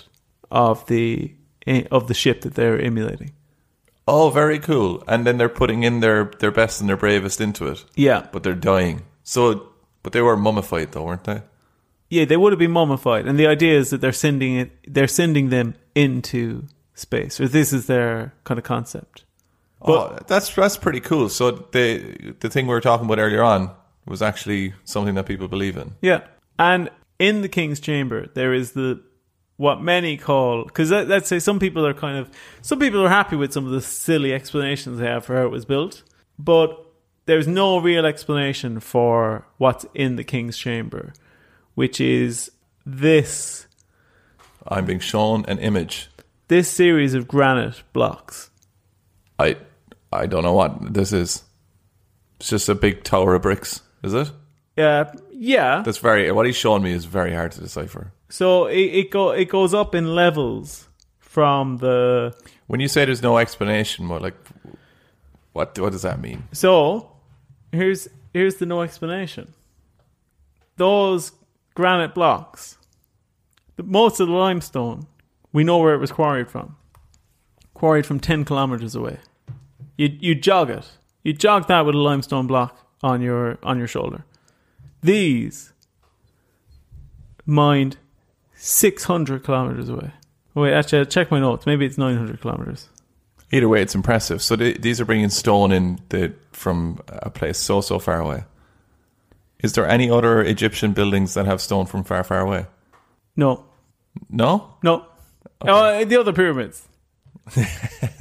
Speaker 2: of the eh, of the ship that they're emulating.
Speaker 1: Oh, very cool. And then they're putting in their, their best and their bravest into it.
Speaker 2: Yeah.
Speaker 1: But they're dying. So, but they were mummified though, weren't they?
Speaker 2: Yeah, they would have been mummified. And the idea is that they're sending it, they're sending them into space. Or this is their kind of concept.
Speaker 1: But, oh, that's, that's pretty cool. So the, the thing we were talking about earlier on was actually something that people believe in.
Speaker 2: Yeah. And in the King's Chamber, there is the what many call because let's say some people are kind of some people are happy with some of the silly explanations they have for how it was built but there's no real explanation for what's in the king's chamber which is this
Speaker 1: i'm being shown an image
Speaker 2: this series of granite blocks
Speaker 1: i i don't know what this is it's just a big tower of bricks is it
Speaker 2: yeah uh, yeah
Speaker 1: that's very what he's showing me is very hard to decipher
Speaker 2: so it, it go it goes up in levels from the.
Speaker 1: When you say there's no explanation, what like, what what does that mean?
Speaker 2: So, here's here's the no explanation. Those granite blocks, the, most of the limestone, we know where it was quarried from. Quarried from ten kilometers away. You you jog it. You jog that with a limestone block on your on your shoulder. These, mind, 600 kilometers away. Wait, actually, I'll check my notes. Maybe it's 900 kilometers.
Speaker 1: Either way, it's impressive. So th- these are bringing stone in the, from a place so, so far away. Is there any other Egyptian buildings that have stone from far, far away?
Speaker 2: No.
Speaker 1: No?
Speaker 2: No. Okay. Oh, the other pyramids.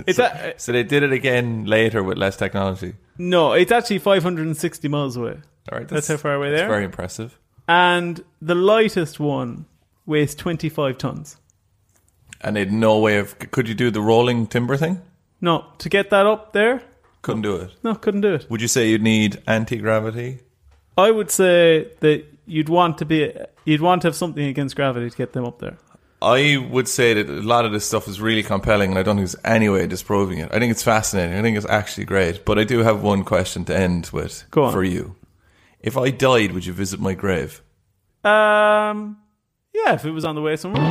Speaker 2: it's
Speaker 1: so,
Speaker 2: a-
Speaker 1: so they did it again later with less technology.
Speaker 2: No, it's actually 560 miles away.
Speaker 1: All right,
Speaker 2: that's, that's how far away they are.
Speaker 1: Very impressive.
Speaker 2: And the lightest one weighs 25 tons.
Speaker 1: And they'd no way of. Could you do the rolling timber thing?
Speaker 2: No, to get that up there,
Speaker 1: Couldn't do it.
Speaker 2: no, couldn't do it.
Speaker 1: Would you say you'd need anti gravity?
Speaker 2: I would say that you'd want to be, you'd want to have something against gravity to get them up there.
Speaker 1: I would say that a lot of this stuff is really compelling, and I don't think there's any way of disproving it. I think it's fascinating. I think it's actually great. But I do have one question to end with
Speaker 2: Go on.
Speaker 1: for you. If I died, would you visit my grave?
Speaker 2: Um, yeah, if it was on the way somewhere.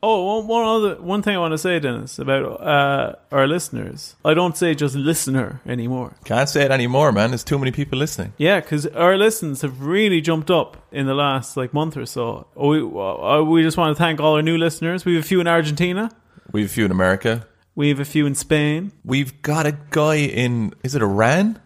Speaker 2: Oh, one, one other one thing I want to say, Dennis, about uh, our listeners. I don't say just listener anymore.
Speaker 1: Can't say it anymore, man. There's too many people listening.
Speaker 2: Yeah, because our listens have really jumped up in the last like month or so. We uh, we just want to thank all our new listeners. We have a few in Argentina.
Speaker 1: We have a few in America.
Speaker 2: We have a few in Spain.
Speaker 1: We've got a guy in, is it Iran?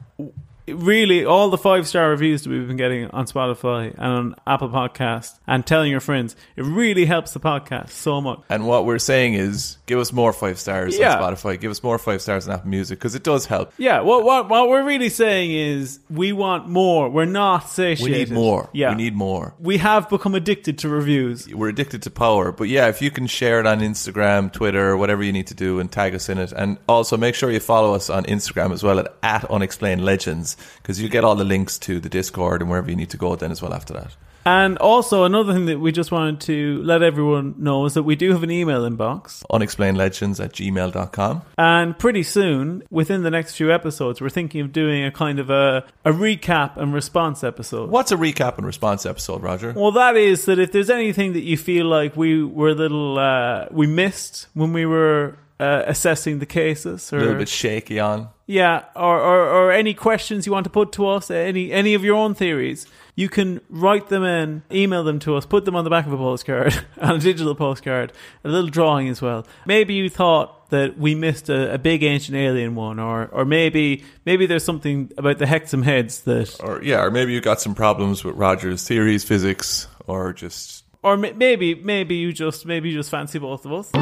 Speaker 2: really all the five star reviews that we've been getting on Spotify and on Apple Podcast and telling your friends, it really helps the podcast so much.
Speaker 1: And what we're saying is give us more five stars
Speaker 2: Yeah.
Speaker 1: on Spotify, give us more five stars on Apple Music, because it does help.
Speaker 2: Yeah, what what what we're really saying is we want more. We're not
Speaker 1: We
Speaker 2: satiated.
Speaker 1: need more.
Speaker 2: Yeah.
Speaker 1: We need more.
Speaker 2: We have become addicted to reviews.
Speaker 1: We're addicted to power. But yeah, if you can share it on Instagram, Twitter, whatever you need to do, and tag us in it. And also make sure you follow us on Instagram as well at, at Unexplained Legends, because you get all the links to the Discord and wherever you need to go then as well after that.
Speaker 2: And also another thing that we just wanted to let everyone know is that we do have an email inbox.
Speaker 1: Unexplainedlegends at gmail.com.
Speaker 2: And pretty soon, within the next few episodes, we're thinking of doing a kind of a, a recap and response episode.
Speaker 1: What's a recap and response episode, Roger?
Speaker 2: Well, that is that if there's anything that you feel like we were a little, uh, we missed when we were uh, assessing the cases,
Speaker 1: A
Speaker 2: or
Speaker 1: little bit shaky on.
Speaker 2: yeah, or, or or any questions you want to put to us, any any of your own theories, you can write them in, email them to us, put them on the back of a postcard, on a digital postcard, a little drawing as well. Maybe you thought that we missed a, a big ancient alien one, or or maybe maybe there's something about the hexam heads that
Speaker 1: Or yeah, or maybe you got some problems with Roger's theories, physics, or just
Speaker 2: or ma- maybe maybe you just maybe you just fancy both of us.